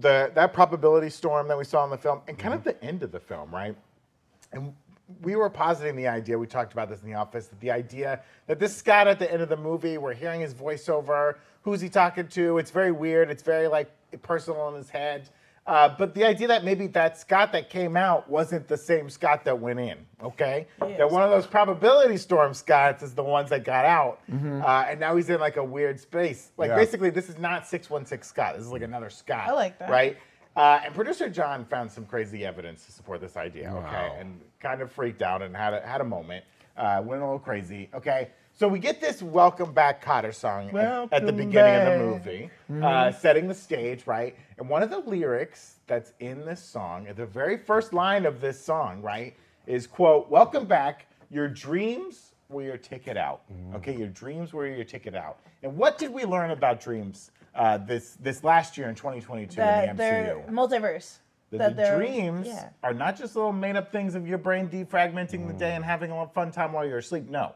Speaker 1: the that probability storm that we saw in the film, and
Speaker 4: Mm-hmm.
Speaker 1: kind of the end of the film, right? And we were positing the idea. We talked about this in the office. That the idea that this Scott at the end of the movie, we're hearing his voiceover. Who's he talking to? It's very weird. It's very like personal in his head. Uh, but the idea that maybe that Scott that came out wasn't the same Scott that went in. Okay, that one of those probability storm Scotts is the ones that got out,
Speaker 4: Mm-hmm.
Speaker 1: uh, and now he's in like a weird space. Like
Speaker 2: Yeah.
Speaker 1: basically, this is not six one six Scott. This is like another Scott.
Speaker 4: I like that.
Speaker 1: Right. Uh, and producer John found some crazy evidence to support this idea. Okay, and kind of freaked out and had a, had a moment, uh, went a little crazy. Okay, so we get this "Welcome Back" Cotter song at- at, the
Speaker 2: Welcome
Speaker 1: beginning of
Speaker 2: back.
Speaker 1: the movie, uh,
Speaker 5: Mm-hmm.
Speaker 1: setting the stage, right? And one of the lyrics that's in this song, at the very first line of this song, right, is quote "Welcome back, your dreams." Were your ticket out?
Speaker 5: Mm.
Speaker 1: Okay, your dreams were your ticket out. And what did we learn about dreams uh, this this last year in 2022 in
Speaker 5: that
Speaker 1: the
Speaker 5: they're
Speaker 1: MCU?
Speaker 5: multiverse.
Speaker 1: that the
Speaker 5: they're-
Speaker 1: dreams
Speaker 5: yeah. Mm.
Speaker 1: are not just little made up things of your brain defragmenting the day and having a little fun time while you're asleep. No,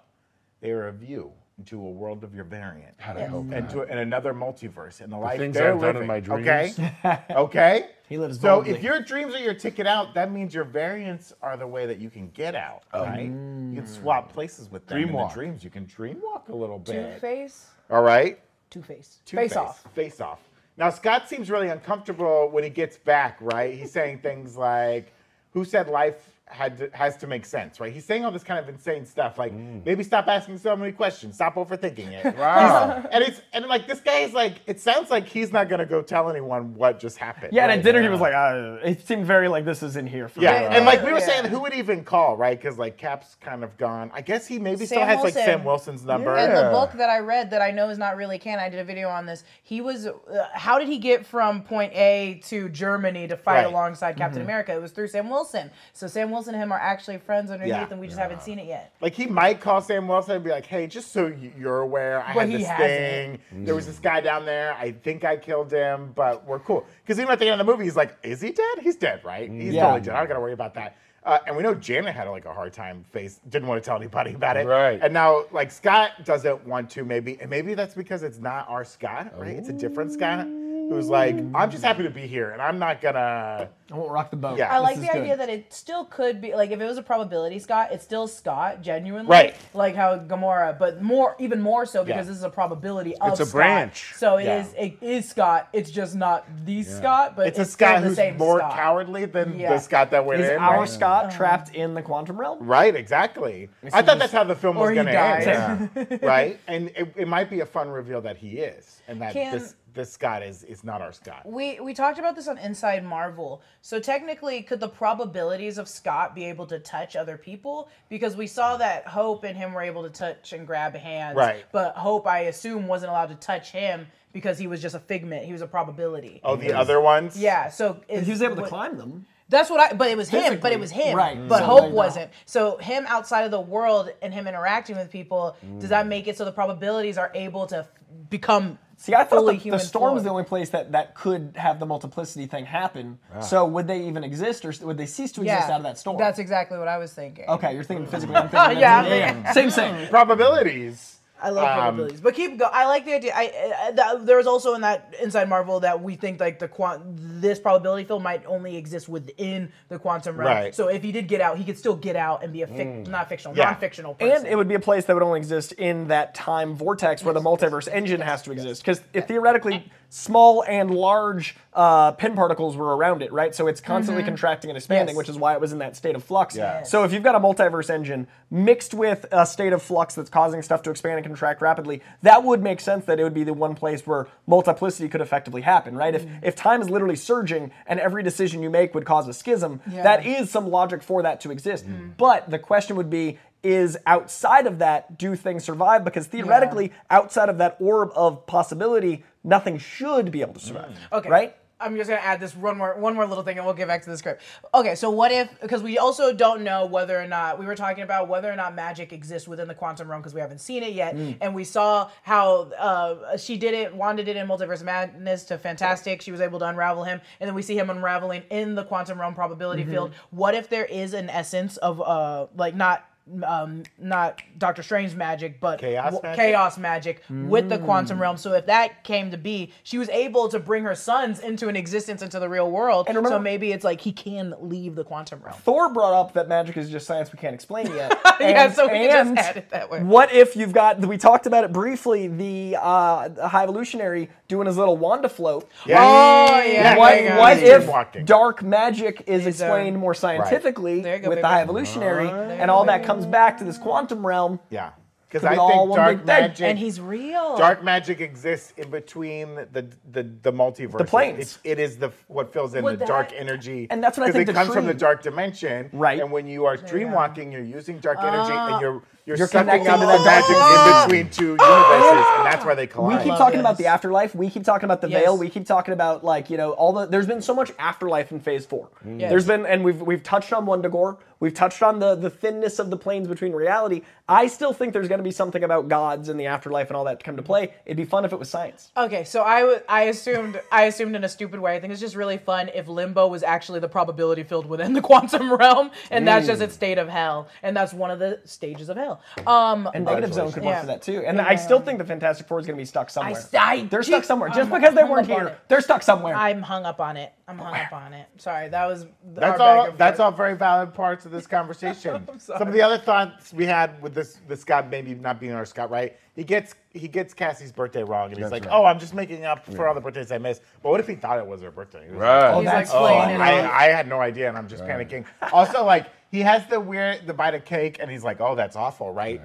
Speaker 1: they are a view into a world of your variant
Speaker 2: God, I hope
Speaker 1: and to and another multiverse and the, life
Speaker 2: things
Speaker 1: they're
Speaker 2: I've done
Speaker 1: living.
Speaker 2: in my dreams.
Speaker 1: Okay, okay.
Speaker 3: He lives
Speaker 1: So
Speaker 3: boldly.
Speaker 1: if your dreams are your ticket out, that means your variants are the way that you can get out.
Speaker 2: Oh.
Speaker 1: Right? You can swap places with them. in the
Speaker 2: Dreamwalk.
Speaker 1: dreams. You can dream walk a little
Speaker 4: Two
Speaker 1: bit.
Speaker 4: face.
Speaker 1: All right.
Speaker 4: Two face.
Speaker 1: Two-Face.
Speaker 4: Face off.
Speaker 1: Face off. Now Scott seems really uncomfortable when he gets back, right? He's saying things like, "Who said life had to, has to make sense?" Right? He's saying all this kind of insane stuff, like,
Speaker 2: Mm.
Speaker 1: "Maybe stop asking so many questions, stop overthinking it."
Speaker 2: Wow.
Speaker 1: and it's and like this guy is like, it sounds like he's not gonna go tell anyone what just happened.
Speaker 3: Yeah, and at
Speaker 1: Right.
Speaker 3: dinner he was like, uh, it seemed very like this is in here for
Speaker 1: Yeah,
Speaker 3: me.
Speaker 1: and like we were
Speaker 4: Yeah.
Speaker 1: saying, who would even call, right? Because like Cap's kind of gone. I guess he maybe still
Speaker 4: Sam
Speaker 1: has like
Speaker 4: Wilson.
Speaker 1: Sam Wilson's number.
Speaker 4: And the book that I read that I know is not really canon, I did a video on this. He was, uh, how did he get from point A to Germany to fight
Speaker 1: Right. Mm-hmm.
Speaker 4: alongside Captain America? It was through Sam Wilson. So Sam Wilson and him are actually friends underneath,
Speaker 1: Yeah.
Speaker 4: and we just haven't seen it yet.
Speaker 1: Like he might call Sam Wilson and be like, "Hey, just so y- you're aware, I
Speaker 4: But
Speaker 1: had
Speaker 4: he
Speaker 1: this thing.
Speaker 4: hasn't.
Speaker 1: There was this guy down there. I think I killed him, but we're cool." Because even at the end of the movie, he's like, "Is he dead? He's dead, right? He's
Speaker 3: Yeah.
Speaker 1: totally dead. I don't gotta worry about that." Uh, and we know Janet had like a hard time face, didn't want to tell anybody about it.
Speaker 2: Right.
Speaker 1: And now like Scott doesn't want to maybe, and maybe that's because it's not our Scott, right? It's a different Scott who's like, "I'm just happy to be here, and I'm not gonna."
Speaker 3: I won't rock the boat.
Speaker 1: Yeah.
Speaker 4: I
Speaker 1: This
Speaker 4: like the idea that it still could be like if it was a probability Scott, it's still Scott genuinely,
Speaker 1: Right.
Speaker 4: Like how Gamora, but more even more so because
Speaker 1: Yeah.
Speaker 4: this is a probability of
Speaker 2: It's a
Speaker 4: Scott.
Speaker 2: branch.
Speaker 4: So it
Speaker 1: Yeah.
Speaker 4: is it is Scott. It's just not the Scott, but
Speaker 1: It's,
Speaker 4: it's,
Speaker 1: a Scott
Speaker 4: still the
Speaker 1: who's
Speaker 4: same
Speaker 1: more
Speaker 4: Scott.
Speaker 1: cowardly than
Speaker 4: Yeah.
Speaker 1: the Scott that went
Speaker 3: Is
Speaker 1: in.
Speaker 3: our
Speaker 1: right?
Speaker 3: Scott
Speaker 4: Oh.
Speaker 3: trapped in the quantum realm?
Speaker 1: Right, exactly. I thought that's how the film
Speaker 4: Or
Speaker 1: was
Speaker 4: he
Speaker 1: going to end.
Speaker 4: dies.
Speaker 1: Right, and it, it might be a fun reveal that he is, and that
Speaker 4: Can-
Speaker 1: this this Scott is is not our Scott.
Speaker 4: We we talked about this on Inside Marvel. So technically, could the probabilities of Scott be able to touch other people? Because we saw that Hope and him were able to touch and grab hands.
Speaker 1: Right.
Speaker 4: But Hope, I assume, wasn't allowed to touch him because he was just a figment. He was a probability.
Speaker 1: Oh, the other ones.
Speaker 4: Yeah. So is-
Speaker 3: He was able to
Speaker 4: what-
Speaker 3: climb them.
Speaker 4: That's what I. But it was him. But
Speaker 3: Physically.
Speaker 4: it was him.
Speaker 3: Right.
Speaker 4: But
Speaker 3: So
Speaker 4: Hope
Speaker 3: like-
Speaker 4: wasn't. So him outside of the world and him interacting with people. Does that make it so the probabilities are able to f- become
Speaker 3: See, I thought
Speaker 4: fully
Speaker 3: the, the
Speaker 4: human
Speaker 3: storm was
Speaker 4: form?
Speaker 3: the only place that, that could have the multiplicity thing happen.
Speaker 1: Ah.
Speaker 3: So would they even exist, or s- would they cease to exist out of that storm?
Speaker 4: That's exactly what I was thinking.
Speaker 3: okay. You're thinking physically. I'm thinking
Speaker 4: Yeah,
Speaker 3: mentally.
Speaker 4: I'm
Speaker 3: Same, same.
Speaker 1: probabilities.
Speaker 4: I love
Speaker 3: Um,
Speaker 4: probabilities, but keep going. I like the idea. I, I th- there was also in that Inside Marvel that we think like the quant this probability field might only exist within the quantum realm.
Speaker 1: Right.
Speaker 4: So if he did get out, he could still get out and be a fic- not fictional,
Speaker 1: Yeah.
Speaker 4: non-fictional person.
Speaker 3: Mm. And it would be a place that would only exist in that time vortex where the multiverse engine has to exist. Because theoretically, small and large uh, pin particles were around it, right? So it's constantly contracting and expanding,
Speaker 4: Mm-hmm.
Speaker 3: which
Speaker 4: Yes.
Speaker 3: is why it was in that state of flux.
Speaker 1: Yeah.
Speaker 3: So if you've got a multiverse engine mixed with a state of flux that's causing stuff to expand and contract rapidly, that would make sense that it would be the one place where multiplicity could effectively happen, right? If,
Speaker 4: Mm.
Speaker 3: if time is literally surging and every decision you make would cause a schism,
Speaker 4: Yeah. Mm.
Speaker 3: that is some logic for that to exist. But the question would be is outside of that, do things survive? Because theoretically, outside of that orb of possibility, nothing should be able to survive.
Speaker 4: Mm. Okay.
Speaker 3: Right?
Speaker 4: I'm just gonna add this one more one more little thing, and we'll get back to the script. Okay, so what if? Because we also don't know whether or not we were talking about whether or not magic exists within the quantum realm because we haven't seen it yet,
Speaker 1: Mm.
Speaker 4: and we saw how uh, she did it. Wanda did it in Multiverse Madness to Fantastic. She was able to unravel him, and then we see him unraveling in the quantum realm probability
Speaker 1: Mm-hmm.
Speaker 4: field. What if there is an essence of uh, like not. Um, not Doctor Strange magic, but
Speaker 1: Chaos
Speaker 4: w-
Speaker 1: magic?
Speaker 4: chaos chaos magic with the
Speaker 3: Mm.
Speaker 4: quantum realm. So if that came to be, she was able to bring her sons into an existence into the real world.
Speaker 3: And remember-
Speaker 4: so maybe it's like he can leave the quantum realm.
Speaker 3: Thor brought up that magic is just science we can't explain yet.
Speaker 4: Yeah, so we can just add it that way.
Speaker 3: What if you've got? We talked about it briefly. The uh, the high evolutionary doing his little Wanda float.
Speaker 1: Yeah.
Speaker 4: Oh yeah.
Speaker 1: Yeah,
Speaker 3: What,
Speaker 1: yeah, yeah.
Speaker 3: what
Speaker 1: He's
Speaker 3: if
Speaker 1: walking.
Speaker 3: dark magic is
Speaker 4: He's, uh,
Speaker 3: explained more scientifically
Speaker 4: There you go,
Speaker 3: with the
Speaker 4: baby.
Speaker 3: high evolutionary, and
Speaker 4: go,
Speaker 3: all that
Speaker 4: baby.
Speaker 3: comes back to this quantum realm?
Speaker 1: Yeah. Because
Speaker 3: Could
Speaker 1: I
Speaker 3: be all
Speaker 1: think
Speaker 3: one
Speaker 1: dark
Speaker 3: big thing.
Speaker 1: magic.
Speaker 4: And he's real.
Speaker 3: Oh.
Speaker 1: Dark magic exists in between the the, the multiverse.
Speaker 3: The planes.
Speaker 1: It's, it is the what fills in
Speaker 4: Would
Speaker 1: the dark
Speaker 4: that-
Speaker 1: energy.
Speaker 3: And that's what I
Speaker 1: 'cause
Speaker 3: think
Speaker 1: it
Speaker 3: the
Speaker 1: comes from the
Speaker 3: tree-
Speaker 1: dark dimension.
Speaker 3: Right. Uh,
Speaker 1: And when you are dreamwalking, you're using dark energy and you're you're,
Speaker 3: You're
Speaker 1: sucking
Speaker 3: connecting
Speaker 1: up
Speaker 3: to
Speaker 1: the
Speaker 3: that dark
Speaker 1: magic in between two universes, and that's why they
Speaker 3: We
Speaker 1: collide.
Speaker 3: keep
Speaker 4: love
Speaker 3: talking about
Speaker 4: this.
Speaker 3: the afterlife. We keep talking about the
Speaker 4: Yes.
Speaker 3: veil. We keep talking about like you know all the. There's been so much afterlife in Phase Four.
Speaker 4: Mm. Yes.
Speaker 3: There's been and we've we've touched on Wundagore. We've touched on the the thinness of the planes between reality. I still think there's going to be something about gods and the afterlife and all that to come to play. It'd be fun if it was science.
Speaker 4: Okay, so I wa- I assumed I assumed in a stupid way. I think it's just really fun if limbo was actually the probability field within the quantum realm, and that's just its state of hell, and that's one of the stages of hell. Um,
Speaker 3: And negative zone could work
Speaker 4: Yeah.
Speaker 3: for that too. And I still think the Fantastic Four is going to be stuck somewhere.
Speaker 4: s- I-
Speaker 3: they're stuck somewhere. Just
Speaker 4: I'm-
Speaker 3: because they
Speaker 4: I'm
Speaker 3: weren't
Speaker 4: up on
Speaker 3: here,
Speaker 4: it.
Speaker 3: they're stuck somewhere.
Speaker 4: I'm hung up on it. I'm hung up on it. Sorry, that was
Speaker 1: That's all. That's all very valid parts of this conversation. Some of the other thoughts we had with this this guy maybe not being our Scott, right? He gets he gets Cassie's birthday wrong, and he's
Speaker 2: That's
Speaker 1: like,
Speaker 2: right.
Speaker 1: "Oh, I'm just making up for all the birthdays I missed." But what if he thought it was her birthday? He was like,
Speaker 2: Right.
Speaker 3: Oh,
Speaker 4: He's like
Speaker 3: that's
Speaker 1: Oh,
Speaker 4: playing it
Speaker 1: I,
Speaker 4: out.
Speaker 1: I had no idea, and I'm just panicking. Also, like he has the weird the bite of cake, and he's like, "Oh, that's awful, right?"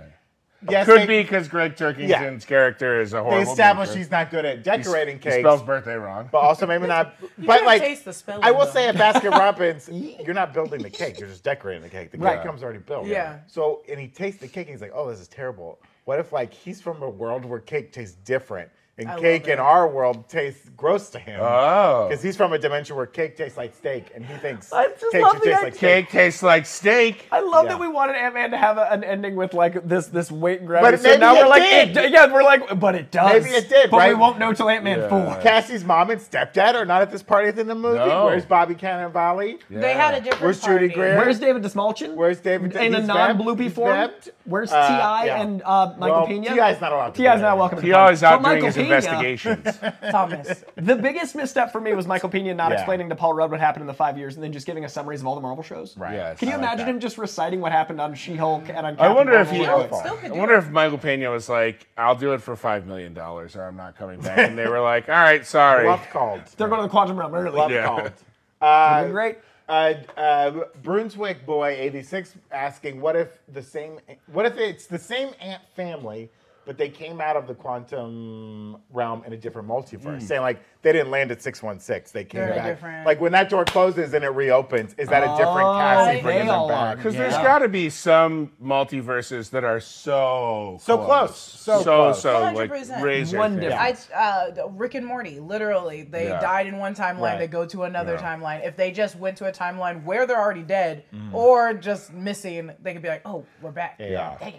Speaker 1: Yes,
Speaker 2: Could
Speaker 1: they,
Speaker 2: be because Greg Turkington's character is a
Speaker 1: They
Speaker 2: horrible.
Speaker 1: establish
Speaker 2: mover.
Speaker 1: he's not good at
Speaker 2: He s-
Speaker 1: decorating
Speaker 2: he
Speaker 1: cakes,
Speaker 2: spells birthday wrong.
Speaker 1: but also maybe not.
Speaker 4: gotta
Speaker 1: but like,
Speaker 4: taste the spelling,
Speaker 1: I will
Speaker 4: though.
Speaker 1: say at Baskin Robbins, you're not building the cake; you're just decorating the cake. The cake
Speaker 3: Right.
Speaker 1: comes already built.
Speaker 4: Yeah.
Speaker 1: So, and he tastes the cake, and he's like, "Oh, this is terrible." What if like he's from a world where cake tastes different, and
Speaker 4: I
Speaker 1: cake
Speaker 4: love
Speaker 1: in
Speaker 4: it.
Speaker 1: our world tastes gross to him?
Speaker 2: Oh.
Speaker 1: Because he's from a dimension where cake tastes like steak, and he thinks
Speaker 3: I just
Speaker 1: cake
Speaker 3: love
Speaker 1: should
Speaker 3: the
Speaker 1: taste like
Speaker 3: idea.
Speaker 1: steak.
Speaker 2: Cake tastes like steak.
Speaker 3: I love
Speaker 1: Yeah.
Speaker 3: that we wanted Ant Man to have a, an ending with like this this weight and gravity.
Speaker 1: But
Speaker 3: so
Speaker 1: maybe
Speaker 3: now we're
Speaker 1: it
Speaker 3: like,
Speaker 1: did.
Speaker 3: it- yeah, we're like, but it does.
Speaker 1: Maybe it did,
Speaker 3: but we
Speaker 1: right?
Speaker 3: won't know till Ant Man
Speaker 2: Yeah.
Speaker 3: four.
Speaker 1: Cassie's mom and stepdad are not at this party at the end of the movie.
Speaker 2: No.
Speaker 1: Where's Bobby Cannavale?
Speaker 4: They had a
Speaker 2: Yeah.
Speaker 4: different.
Speaker 1: Where's Judy
Speaker 4: party.
Speaker 1: Greer?
Speaker 3: Where's David Desmalchin?
Speaker 1: Where's David?
Speaker 3: in a
Speaker 1: he's
Speaker 3: non-bloopy
Speaker 1: vamped?
Speaker 3: form?
Speaker 1: He's vamped?
Speaker 3: Where's
Speaker 1: Uh,
Speaker 3: Ti
Speaker 1: yeah.
Speaker 3: and uh, Michael
Speaker 1: well,
Speaker 3: Pena?
Speaker 1: Ti's not allowed. to
Speaker 3: Ti is
Speaker 1: be
Speaker 3: not
Speaker 1: there.
Speaker 3: welcome.
Speaker 2: He always
Speaker 3: But
Speaker 2: out doing
Speaker 3: Michael
Speaker 2: his
Speaker 3: Pena-
Speaker 2: investigations.
Speaker 4: Thomas.
Speaker 3: The biggest misstep for me was Michael Pena not
Speaker 1: Yeah.
Speaker 3: explaining to Paul Rudd what happened in the five years, and then just giving us summaries of all the Marvel shows.
Speaker 1: Right.
Speaker 2: Yes.
Speaker 3: Can you
Speaker 2: I like
Speaker 3: imagine
Speaker 2: that.
Speaker 3: him just reciting what happened on She-Hulk and on?
Speaker 2: I
Speaker 3: Captain
Speaker 2: wonder if
Speaker 3: Marvel
Speaker 2: he.
Speaker 3: real quick?
Speaker 4: still could
Speaker 2: I
Speaker 4: do
Speaker 2: wonder
Speaker 4: it.
Speaker 2: if Michael Pena was like, "I'll do it for five million dollars, or I'm not coming back," and they were like, "All right, sorry."
Speaker 1: Love called.
Speaker 3: They're going to the quantum realm early.
Speaker 1: Love
Speaker 2: Yeah.
Speaker 1: called.
Speaker 3: Doing
Speaker 1: Uh,
Speaker 3: Great.
Speaker 1: uh, uh, Brunswick boy eighty six asking, what if the same? What if it's the same ant family, but they came out of the quantum realm in a different
Speaker 3: Hmm.
Speaker 1: multiverse? Saying like they didn't land at six one six, they came
Speaker 4: They're
Speaker 1: back.
Speaker 4: different.
Speaker 1: Like when that door closes and it reopens, is that a different
Speaker 3: Oh,
Speaker 1: Cassie
Speaker 4: they
Speaker 1: bringing them
Speaker 3: all
Speaker 1: back?
Speaker 3: are.
Speaker 2: Because there's
Speaker 3: Yeah.
Speaker 2: got to be some multiverses that are so
Speaker 1: So close. So
Speaker 2: so
Speaker 1: close.
Speaker 2: so like
Speaker 4: 100%.
Speaker 2: razor
Speaker 3: One
Speaker 2: thin.
Speaker 3: difference.
Speaker 4: I uh, Rick and Morty, literally, they
Speaker 2: Yeah.
Speaker 4: died in one timeline.
Speaker 1: Right.
Speaker 4: They go to another
Speaker 2: Yeah. Mm.
Speaker 4: timeline. If they just went to a timeline where they're already dead or just missing, they could be like, "Oh, we're back."
Speaker 1: Yeah.
Speaker 4: There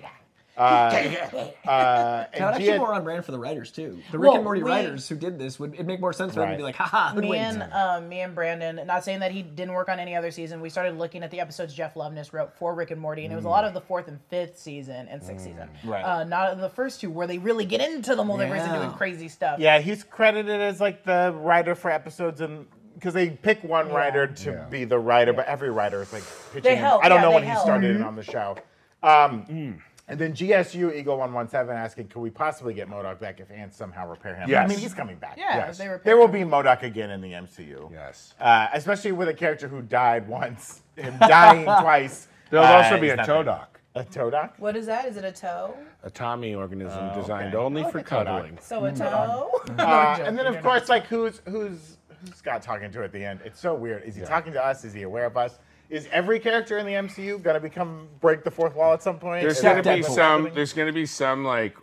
Speaker 4: you go.
Speaker 1: Uh,
Speaker 3: That would
Speaker 1: and
Speaker 3: actually
Speaker 1: Gia,
Speaker 3: more on brand for the writers too. The Rick
Speaker 4: Well,
Speaker 3: and Morty
Speaker 4: we-
Speaker 3: writers who did this would it make more sense for them to be
Speaker 1: Right.
Speaker 3: like, haha,
Speaker 4: me
Speaker 3: hoodwinked.
Speaker 4: and um, me and Brandon. Not saying that he didn't work on any other season. We started looking at the episodes Jeff Loveness wrote for Rick and Morty, and it was a lot of the fourth and fifth season and sixth season.
Speaker 1: Right.
Speaker 4: Uh, not the first two where they really get into the multiverse and
Speaker 3: Yeah.
Speaker 4: doing crazy stuff.
Speaker 1: yeah, he's credited as like the writer for episodes and. Because they pick one writer to
Speaker 2: Yeah. Mm-hmm.
Speaker 1: be the writer, but every writer is like pitching. in.
Speaker 4: help,
Speaker 1: I don't
Speaker 4: yeah,
Speaker 1: know
Speaker 4: they
Speaker 1: when he
Speaker 4: help.
Speaker 1: started it on the show. Um,
Speaker 2: Mm.
Speaker 1: And then GSU Eagle One One Seven asking, could we possibly get Modoc back if Ants somehow repair him? I
Speaker 2: Yes.
Speaker 1: mean, he's coming back.
Speaker 4: Yeah,
Speaker 2: Yes.
Speaker 4: they were.
Speaker 1: There will be Modoc again in the MCU.
Speaker 2: Yes.
Speaker 1: Uh, especially with a character who died once, him dying twice.
Speaker 2: There'll
Speaker 1: uh,
Speaker 2: also be
Speaker 1: is
Speaker 2: a
Speaker 1: nothing.
Speaker 2: Todoc,
Speaker 1: A Todoc?
Speaker 4: What is that? Is it a toe?
Speaker 2: a Tommy organism
Speaker 1: Oh,
Speaker 2: designed
Speaker 1: okay.
Speaker 2: only
Speaker 1: I
Speaker 2: for
Speaker 1: like a Todoc.
Speaker 2: cuddling.
Speaker 4: So a toe?
Speaker 1: Uh, and then of course, like who's who's who's Scott talking to at the end? It's so weird. Is he talking to us? Is he aware of us? Is every character in the MCU gonna become break the fourth wall at some point?
Speaker 2: There's
Speaker 1: Is
Speaker 2: gonna
Speaker 1: that
Speaker 2: be
Speaker 1: what's
Speaker 2: some.
Speaker 1: happening?
Speaker 2: There's gonna be some like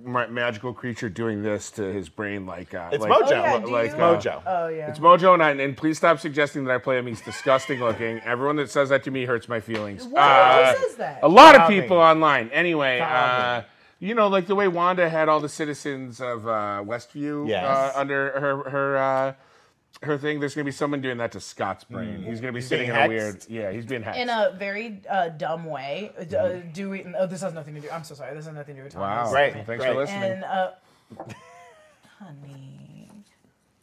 Speaker 2: ma- magical creature doing this to his brain, like uh,
Speaker 1: It's
Speaker 2: like,
Speaker 1: Mojo.
Speaker 4: Oh, yeah, do
Speaker 2: like,
Speaker 4: you?
Speaker 2: uh,
Speaker 1: Mojo.
Speaker 4: Oh yeah.
Speaker 2: It's Mojo, and, I, and please stop suggesting that I play him. He's disgusting looking. Everyone that says that to me hurts my feelings.
Speaker 4: What?
Speaker 2: Uh,
Speaker 4: Who says that?
Speaker 2: A lot of
Speaker 1: Tommy.
Speaker 2: people online. Anyway, uh,
Speaker 1: Tommy.
Speaker 2: you know, like the way Wanda had all the citizens of uh, Westview
Speaker 1: Yes.
Speaker 2: uh, under her her uh, her thing. There's gonna be someone doing that to Scott's brain. He's gonna be sitting
Speaker 1: Mm. being
Speaker 2: in
Speaker 1: hexed?
Speaker 2: a weird. Yeah, he's being hacked.
Speaker 4: in a very uh, dumb way, uh, doing. Oh, this has nothing to do. I'm so sorry. This has nothing to do with Tom
Speaker 2: wow.
Speaker 4: Hanks.
Speaker 1: Right,
Speaker 2: Well, Thanks
Speaker 1: right.
Speaker 2: for listening.
Speaker 4: And uh, honey,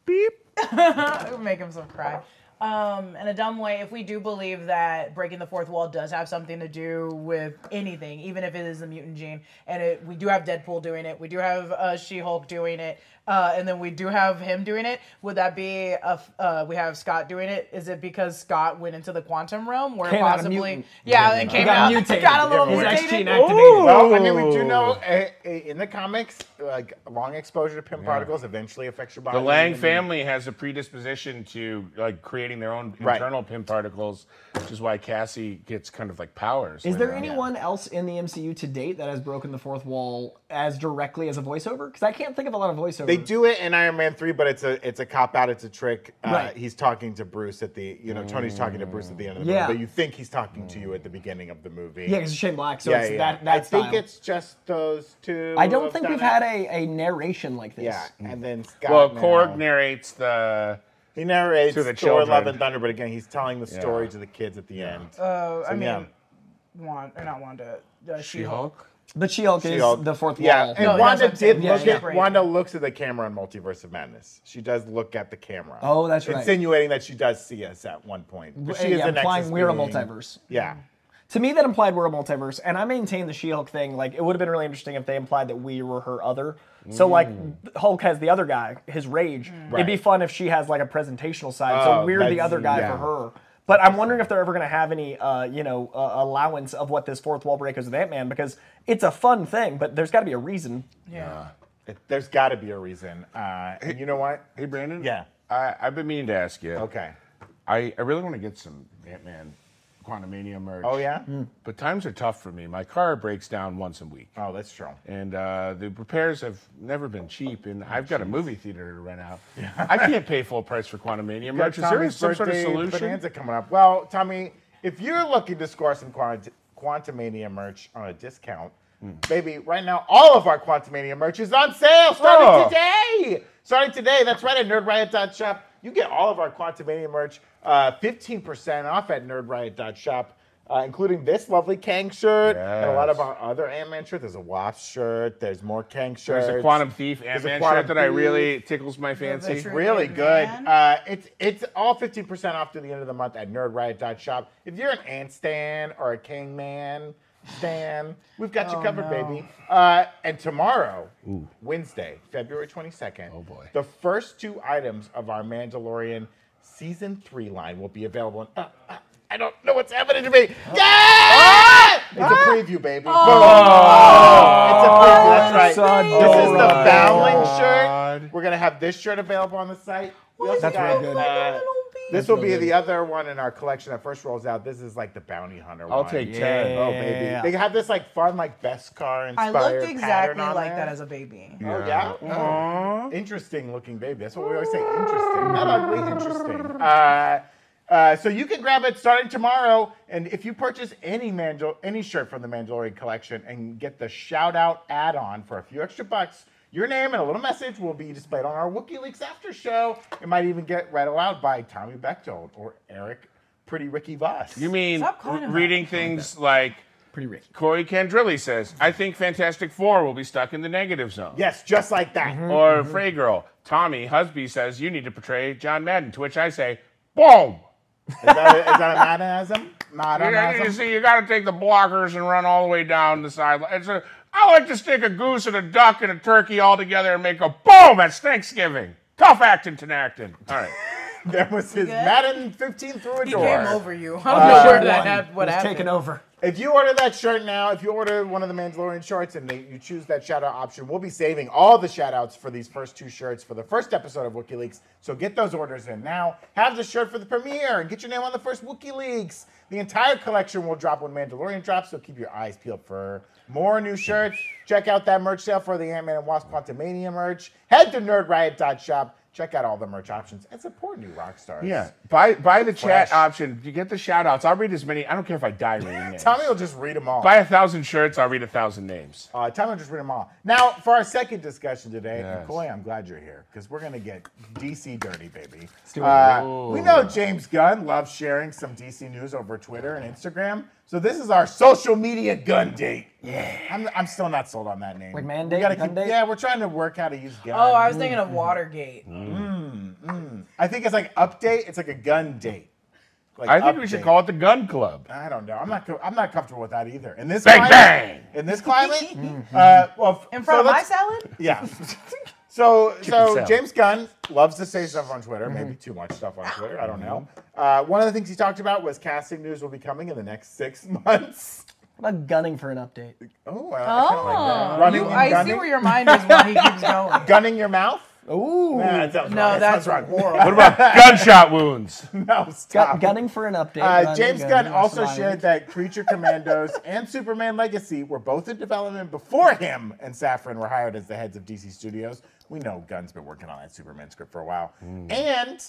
Speaker 2: Beep.
Speaker 4: it would make him so cry. Um, in a dumb way, if we do believe that breaking the fourth wall does have something to do with anything, even if it is the mutant gene, and it, we do have Deadpool doing it, we do have uh, She-Hulk doing it, uh, and then we do have him doing it. Would that be a f- uh, we have Scott doing it? Is it because Scott went into the quantum realm where
Speaker 3: Came out a
Speaker 4: possibly
Speaker 3: mutant.
Speaker 4: yeah, and came
Speaker 3: got
Speaker 4: out
Speaker 3: mutated.
Speaker 4: got a little
Speaker 3: He's
Speaker 4: mutated?
Speaker 3: XG activated.
Speaker 1: Well, I mean, we do know uh, uh, in the comics, like long exposure to pimp particles eventually affects your body.
Speaker 2: The Lang family has a predisposition to like creating their own
Speaker 1: Right.
Speaker 2: internal pin particles, which is why Cassie gets kind of like powers.
Speaker 3: Is
Speaker 2: when,
Speaker 3: there
Speaker 2: uh,
Speaker 3: anyone else in the MCU to date that has broken the fourth wall as directly as a voiceover? Because I can't think of a lot of voiceovers.
Speaker 1: They do it in Iron Man three, but it's a it's a cop out. It's a trick. Uh,
Speaker 3: Right.
Speaker 1: He's talking to Bruce at the you know Tony's talking to Bruce at the end of the
Speaker 3: Yeah.
Speaker 1: movie, but you think he's talking
Speaker 2: Mm.
Speaker 1: to you at the beginning of the movie.
Speaker 3: Yeah, because it's Shane Black, so it's that,
Speaker 1: I
Speaker 3: that style.
Speaker 1: think it's just those two.
Speaker 3: I don't
Speaker 1: have
Speaker 3: think
Speaker 1: done
Speaker 3: we've
Speaker 1: it.
Speaker 3: had a, a narration like this.
Speaker 1: Yeah, and then Scott.
Speaker 2: Well,
Speaker 1: now.
Speaker 2: Korg narrates the.
Speaker 1: He narrates
Speaker 2: To the
Speaker 1: Thor: Love
Speaker 2: children.
Speaker 1: and Thunder, but again, he's telling the story
Speaker 2: Yeah.
Speaker 1: to the kids at the end.
Speaker 3: Uh,
Speaker 4: Oh, I
Speaker 1: So,
Speaker 4: mean,
Speaker 1: yeah.
Speaker 4: Wanda, or not Wanda, uh, She-Hulk.
Speaker 2: She-Hulk.
Speaker 3: But She-Hulk is
Speaker 1: She-Hulk.
Speaker 3: the fourth
Speaker 1: Yeah,
Speaker 3: wall.
Speaker 1: and
Speaker 4: No, that's
Speaker 1: Wanda
Speaker 4: what I'm saying.
Speaker 1: did
Speaker 3: Yeah,
Speaker 1: look
Speaker 3: yeah.
Speaker 1: at Wanda looks at the camera on Multiverse of Madness. She does look at the camera.
Speaker 3: Oh, that's right.
Speaker 1: Insinuating that she does see us at one point. But she is
Speaker 3: yeah,
Speaker 1: a Nexus
Speaker 3: implying we're a
Speaker 1: being.
Speaker 3: multiverse.
Speaker 1: Yeah.
Speaker 3: To me, that implied we're a multiverse, and I maintain the She-Hulk thing. Like, it would have been really interesting if they implied that we were her other. So, like, Hulk has the other guy, his rage.
Speaker 4: Mm.
Speaker 3: It'd be
Speaker 1: Mm. Right.
Speaker 3: fun if she has like a presentational side.
Speaker 1: Oh,
Speaker 3: so we're the
Speaker 1: that's-
Speaker 3: other guy
Speaker 1: yeah.
Speaker 3: for her. But I'm wondering if they're ever going to have any, uh, you know, uh, allowance of what this fourth wall break is with Ant-Man because it's a fun thing, but there's got to be a reason.
Speaker 4: Yeah.
Speaker 1: It- there's got to be a reason. Uh, and you know what?
Speaker 2: Hey, Brandon.
Speaker 1: Yeah.
Speaker 2: I, I've been meaning to ask you.
Speaker 1: Okay.
Speaker 2: I, I really want to get some Ant-Man, Quantumania merch.
Speaker 1: Oh, yeah?
Speaker 2: But times are tough for me. My car breaks down once a week.
Speaker 1: Oh, that's true.
Speaker 2: and uh, the repairs have never been cheap. And I've got a movie theater to rent out. I can't pay full price for Quantumania
Speaker 1: Got
Speaker 2: merch. Is there
Speaker 1: Tommy's
Speaker 2: some sort of
Speaker 1: birthday
Speaker 2: solution?
Speaker 1: Bonanza coming up. Well, Tommy, if you're looking to score some Quant- Quantumania merch on a discount,
Speaker 2: Hmm.
Speaker 1: baby, right now all of our Quantumania merch is on sale starting
Speaker 2: Oh.
Speaker 1: today. Starting today. That's right at nerdriot.shop. You get all of our Quantumania merch uh, 15% off at nerdriot.shop. Uh, including this lovely Kang shirt and a lot
Speaker 2: Yes.
Speaker 1: of our other Ant-Man shirts. There's a Wasp shirt. There's more Kang shirts.
Speaker 2: There's a Quantum Thief
Speaker 1: There's a
Speaker 2: Ant-Man
Speaker 1: Quantum
Speaker 2: shirt that I
Speaker 1: Thief.
Speaker 2: really tickles my fancy.
Speaker 4: true.
Speaker 1: Really
Speaker 4: Freaking
Speaker 1: good.
Speaker 4: man.
Speaker 1: Uh, it's it's all 15% off through the end of the month at nerdriot.shop. If you're an ant stan or a king man stan, we've got you
Speaker 4: Oh,
Speaker 1: covered,
Speaker 4: no.
Speaker 1: baby. Uh, and tomorrow, Wednesday, February 22nd, oh
Speaker 2: boy.
Speaker 1: the first two items of our Mandalorian season three line will be available. In, uh, uh, I don't know what's happening to me. Yeah! It's a preview, baby.
Speaker 4: Oh.
Speaker 1: It's a preview. That's right.
Speaker 3: Son,
Speaker 1: This is the
Speaker 3: Dora.
Speaker 1: Bowling shirt.
Speaker 2: God.
Speaker 1: We're gonna have this shirt available on the site. We also
Speaker 3: That's
Speaker 1: got,
Speaker 3: really good.
Speaker 1: uh, this
Speaker 3: That's
Speaker 1: will
Speaker 3: real
Speaker 1: be
Speaker 3: good.
Speaker 1: the other one in our collection that first rolls out. This is like the bounty hunter
Speaker 2: I'll
Speaker 1: one.
Speaker 2: take
Speaker 3: Yeah.
Speaker 2: 10.
Speaker 1: Oh baby, they have this like fun like best car
Speaker 4: I
Speaker 1: inspired.
Speaker 4: looked exactly
Speaker 1: pattern on
Speaker 4: like
Speaker 1: there.
Speaker 4: that as a baby.
Speaker 1: Oh yeah. Oh, Interesting looking baby. That's what we always say. Interesting, not ugly. Interesting. Uh, Uh, so you can grab it starting tomorrow, and if you purchase any Mandal- any shirt from the Mandalorian collection and get the shout out add on for a few extra bucks, your name and a little message will be displayed on our WikiLeaks after show. It might even get read aloud by Tommy Bechtold or Eric Pretty Ricky Voss.
Speaker 2: You mean
Speaker 4: Stop calling him
Speaker 2: reading things like
Speaker 3: Pretty rich.
Speaker 2: Corey Candrilli says, I think Fantastic Four will be stuck in the negative zone.
Speaker 1: yes, just like that.
Speaker 2: Or Frey Girl, Tommy Husby says, you need to portray John Madden, to which I say, boom!
Speaker 1: Is that a, is that a Maddenism?
Speaker 2: You, gotta- you
Speaker 1: Maddenism?
Speaker 2: see, you got to take the blockers and run all the way down the sideline. It's a, I like to stick a goose and a duck and a turkey all together and make a boom. That's Thanksgiving. Tough acting, ten acting. All right.
Speaker 1: That was his Madden 15 through a
Speaker 4: He
Speaker 1: door.
Speaker 4: came over
Speaker 1: Uh,
Speaker 4: you. I don't know where that hap- what
Speaker 3: was
Speaker 4: happened.
Speaker 3: taken over.
Speaker 1: If you order that shirt now, if you order one of the Mandalorian shorts and they, you choose that shout out option, we'll be saving all the shout outs for these first two shirts for the first episode of WikiLeaks. So get those orders in now. Have the shirt for the premiere and get your name on the first WikiLeaks. The entire collection will drop when Mandalorian drops, so keep your eyes peeled for more new shirts. Check out that merch sale for the Ant Man and Wasp Quantumania merch. Head to nerdriot.shop. Check out all the merch options and support new rock stars.
Speaker 2: Yeah. Buy buy the chat
Speaker 1: Flash.
Speaker 2: option. You get the shout outs. I'll read as many. I don't care if I die reading names.
Speaker 1: Tommy will just read them all.
Speaker 2: buy a thousand shirts. I'll read a thousand names.
Speaker 1: Uh, time to just read them all. Now, for our second discussion today,
Speaker 2: Yes.
Speaker 1: Koi, I'm glad you're here because we're going to get DC dirty, baby.
Speaker 3: do it.
Speaker 1: Uh, we know James Gunn loves sharing some DC news over Twitter and Instagram. So this is our social media gun date. Yeah. I'm, I'm still not sold on that name.
Speaker 3: Like man
Speaker 1: We
Speaker 3: date,
Speaker 1: gotta
Speaker 3: gun
Speaker 1: keep-
Speaker 3: date?
Speaker 1: Yeah, we're trying to work how to use gun.
Speaker 4: Oh, I was thinking of Watergate.
Speaker 1: Mm-hmm. I think it's like update. It's like a gun date. Like
Speaker 2: I think we should
Speaker 1: update.
Speaker 2: call it the Gun Club.
Speaker 1: I don't know. I'm not. co- I'm not comfortable with that either. In this
Speaker 2: Bang,
Speaker 1: climate,
Speaker 2: bang!
Speaker 1: In this climate, uh, well, f-
Speaker 4: Mm-hmm. In front
Speaker 1: so
Speaker 4: of my
Speaker 1: let's-
Speaker 4: salad?
Speaker 1: Yeah. So, so
Speaker 2: salad.
Speaker 1: James Gunn loves to say stuff on Twitter, maybe too much stuff on Twitter. I don't know. Uh, one of the things he talked about was casting news will be coming in the next six months.
Speaker 3: What about gunning for an update?
Speaker 1: Oh, I, I kinda like that.
Speaker 4: Oh,
Speaker 1: Running
Speaker 4: you-
Speaker 1: and
Speaker 4: I see
Speaker 1: gunning,
Speaker 4: where your mind is when he keeps going.
Speaker 1: gunning your mouth.
Speaker 3: Ooh.
Speaker 1: Nah, that sounds
Speaker 4: No,
Speaker 1: wrong. That
Speaker 4: that's
Speaker 1: sounds wrong.
Speaker 4: horrible.
Speaker 2: What about gunshot wounds?
Speaker 1: No,
Speaker 3: Gu-
Speaker 1: stop.
Speaker 3: gunning for an update.
Speaker 1: Uh,
Speaker 3: gunning,
Speaker 1: James
Speaker 3: gunning,
Speaker 1: Gunn also
Speaker 3: surviving.
Speaker 1: shared that Creature Commandos and Superman Legacy were both in development before him and Safran were hired as the heads of DC Studios. We know Gunn's been working on that Superman script for a while, and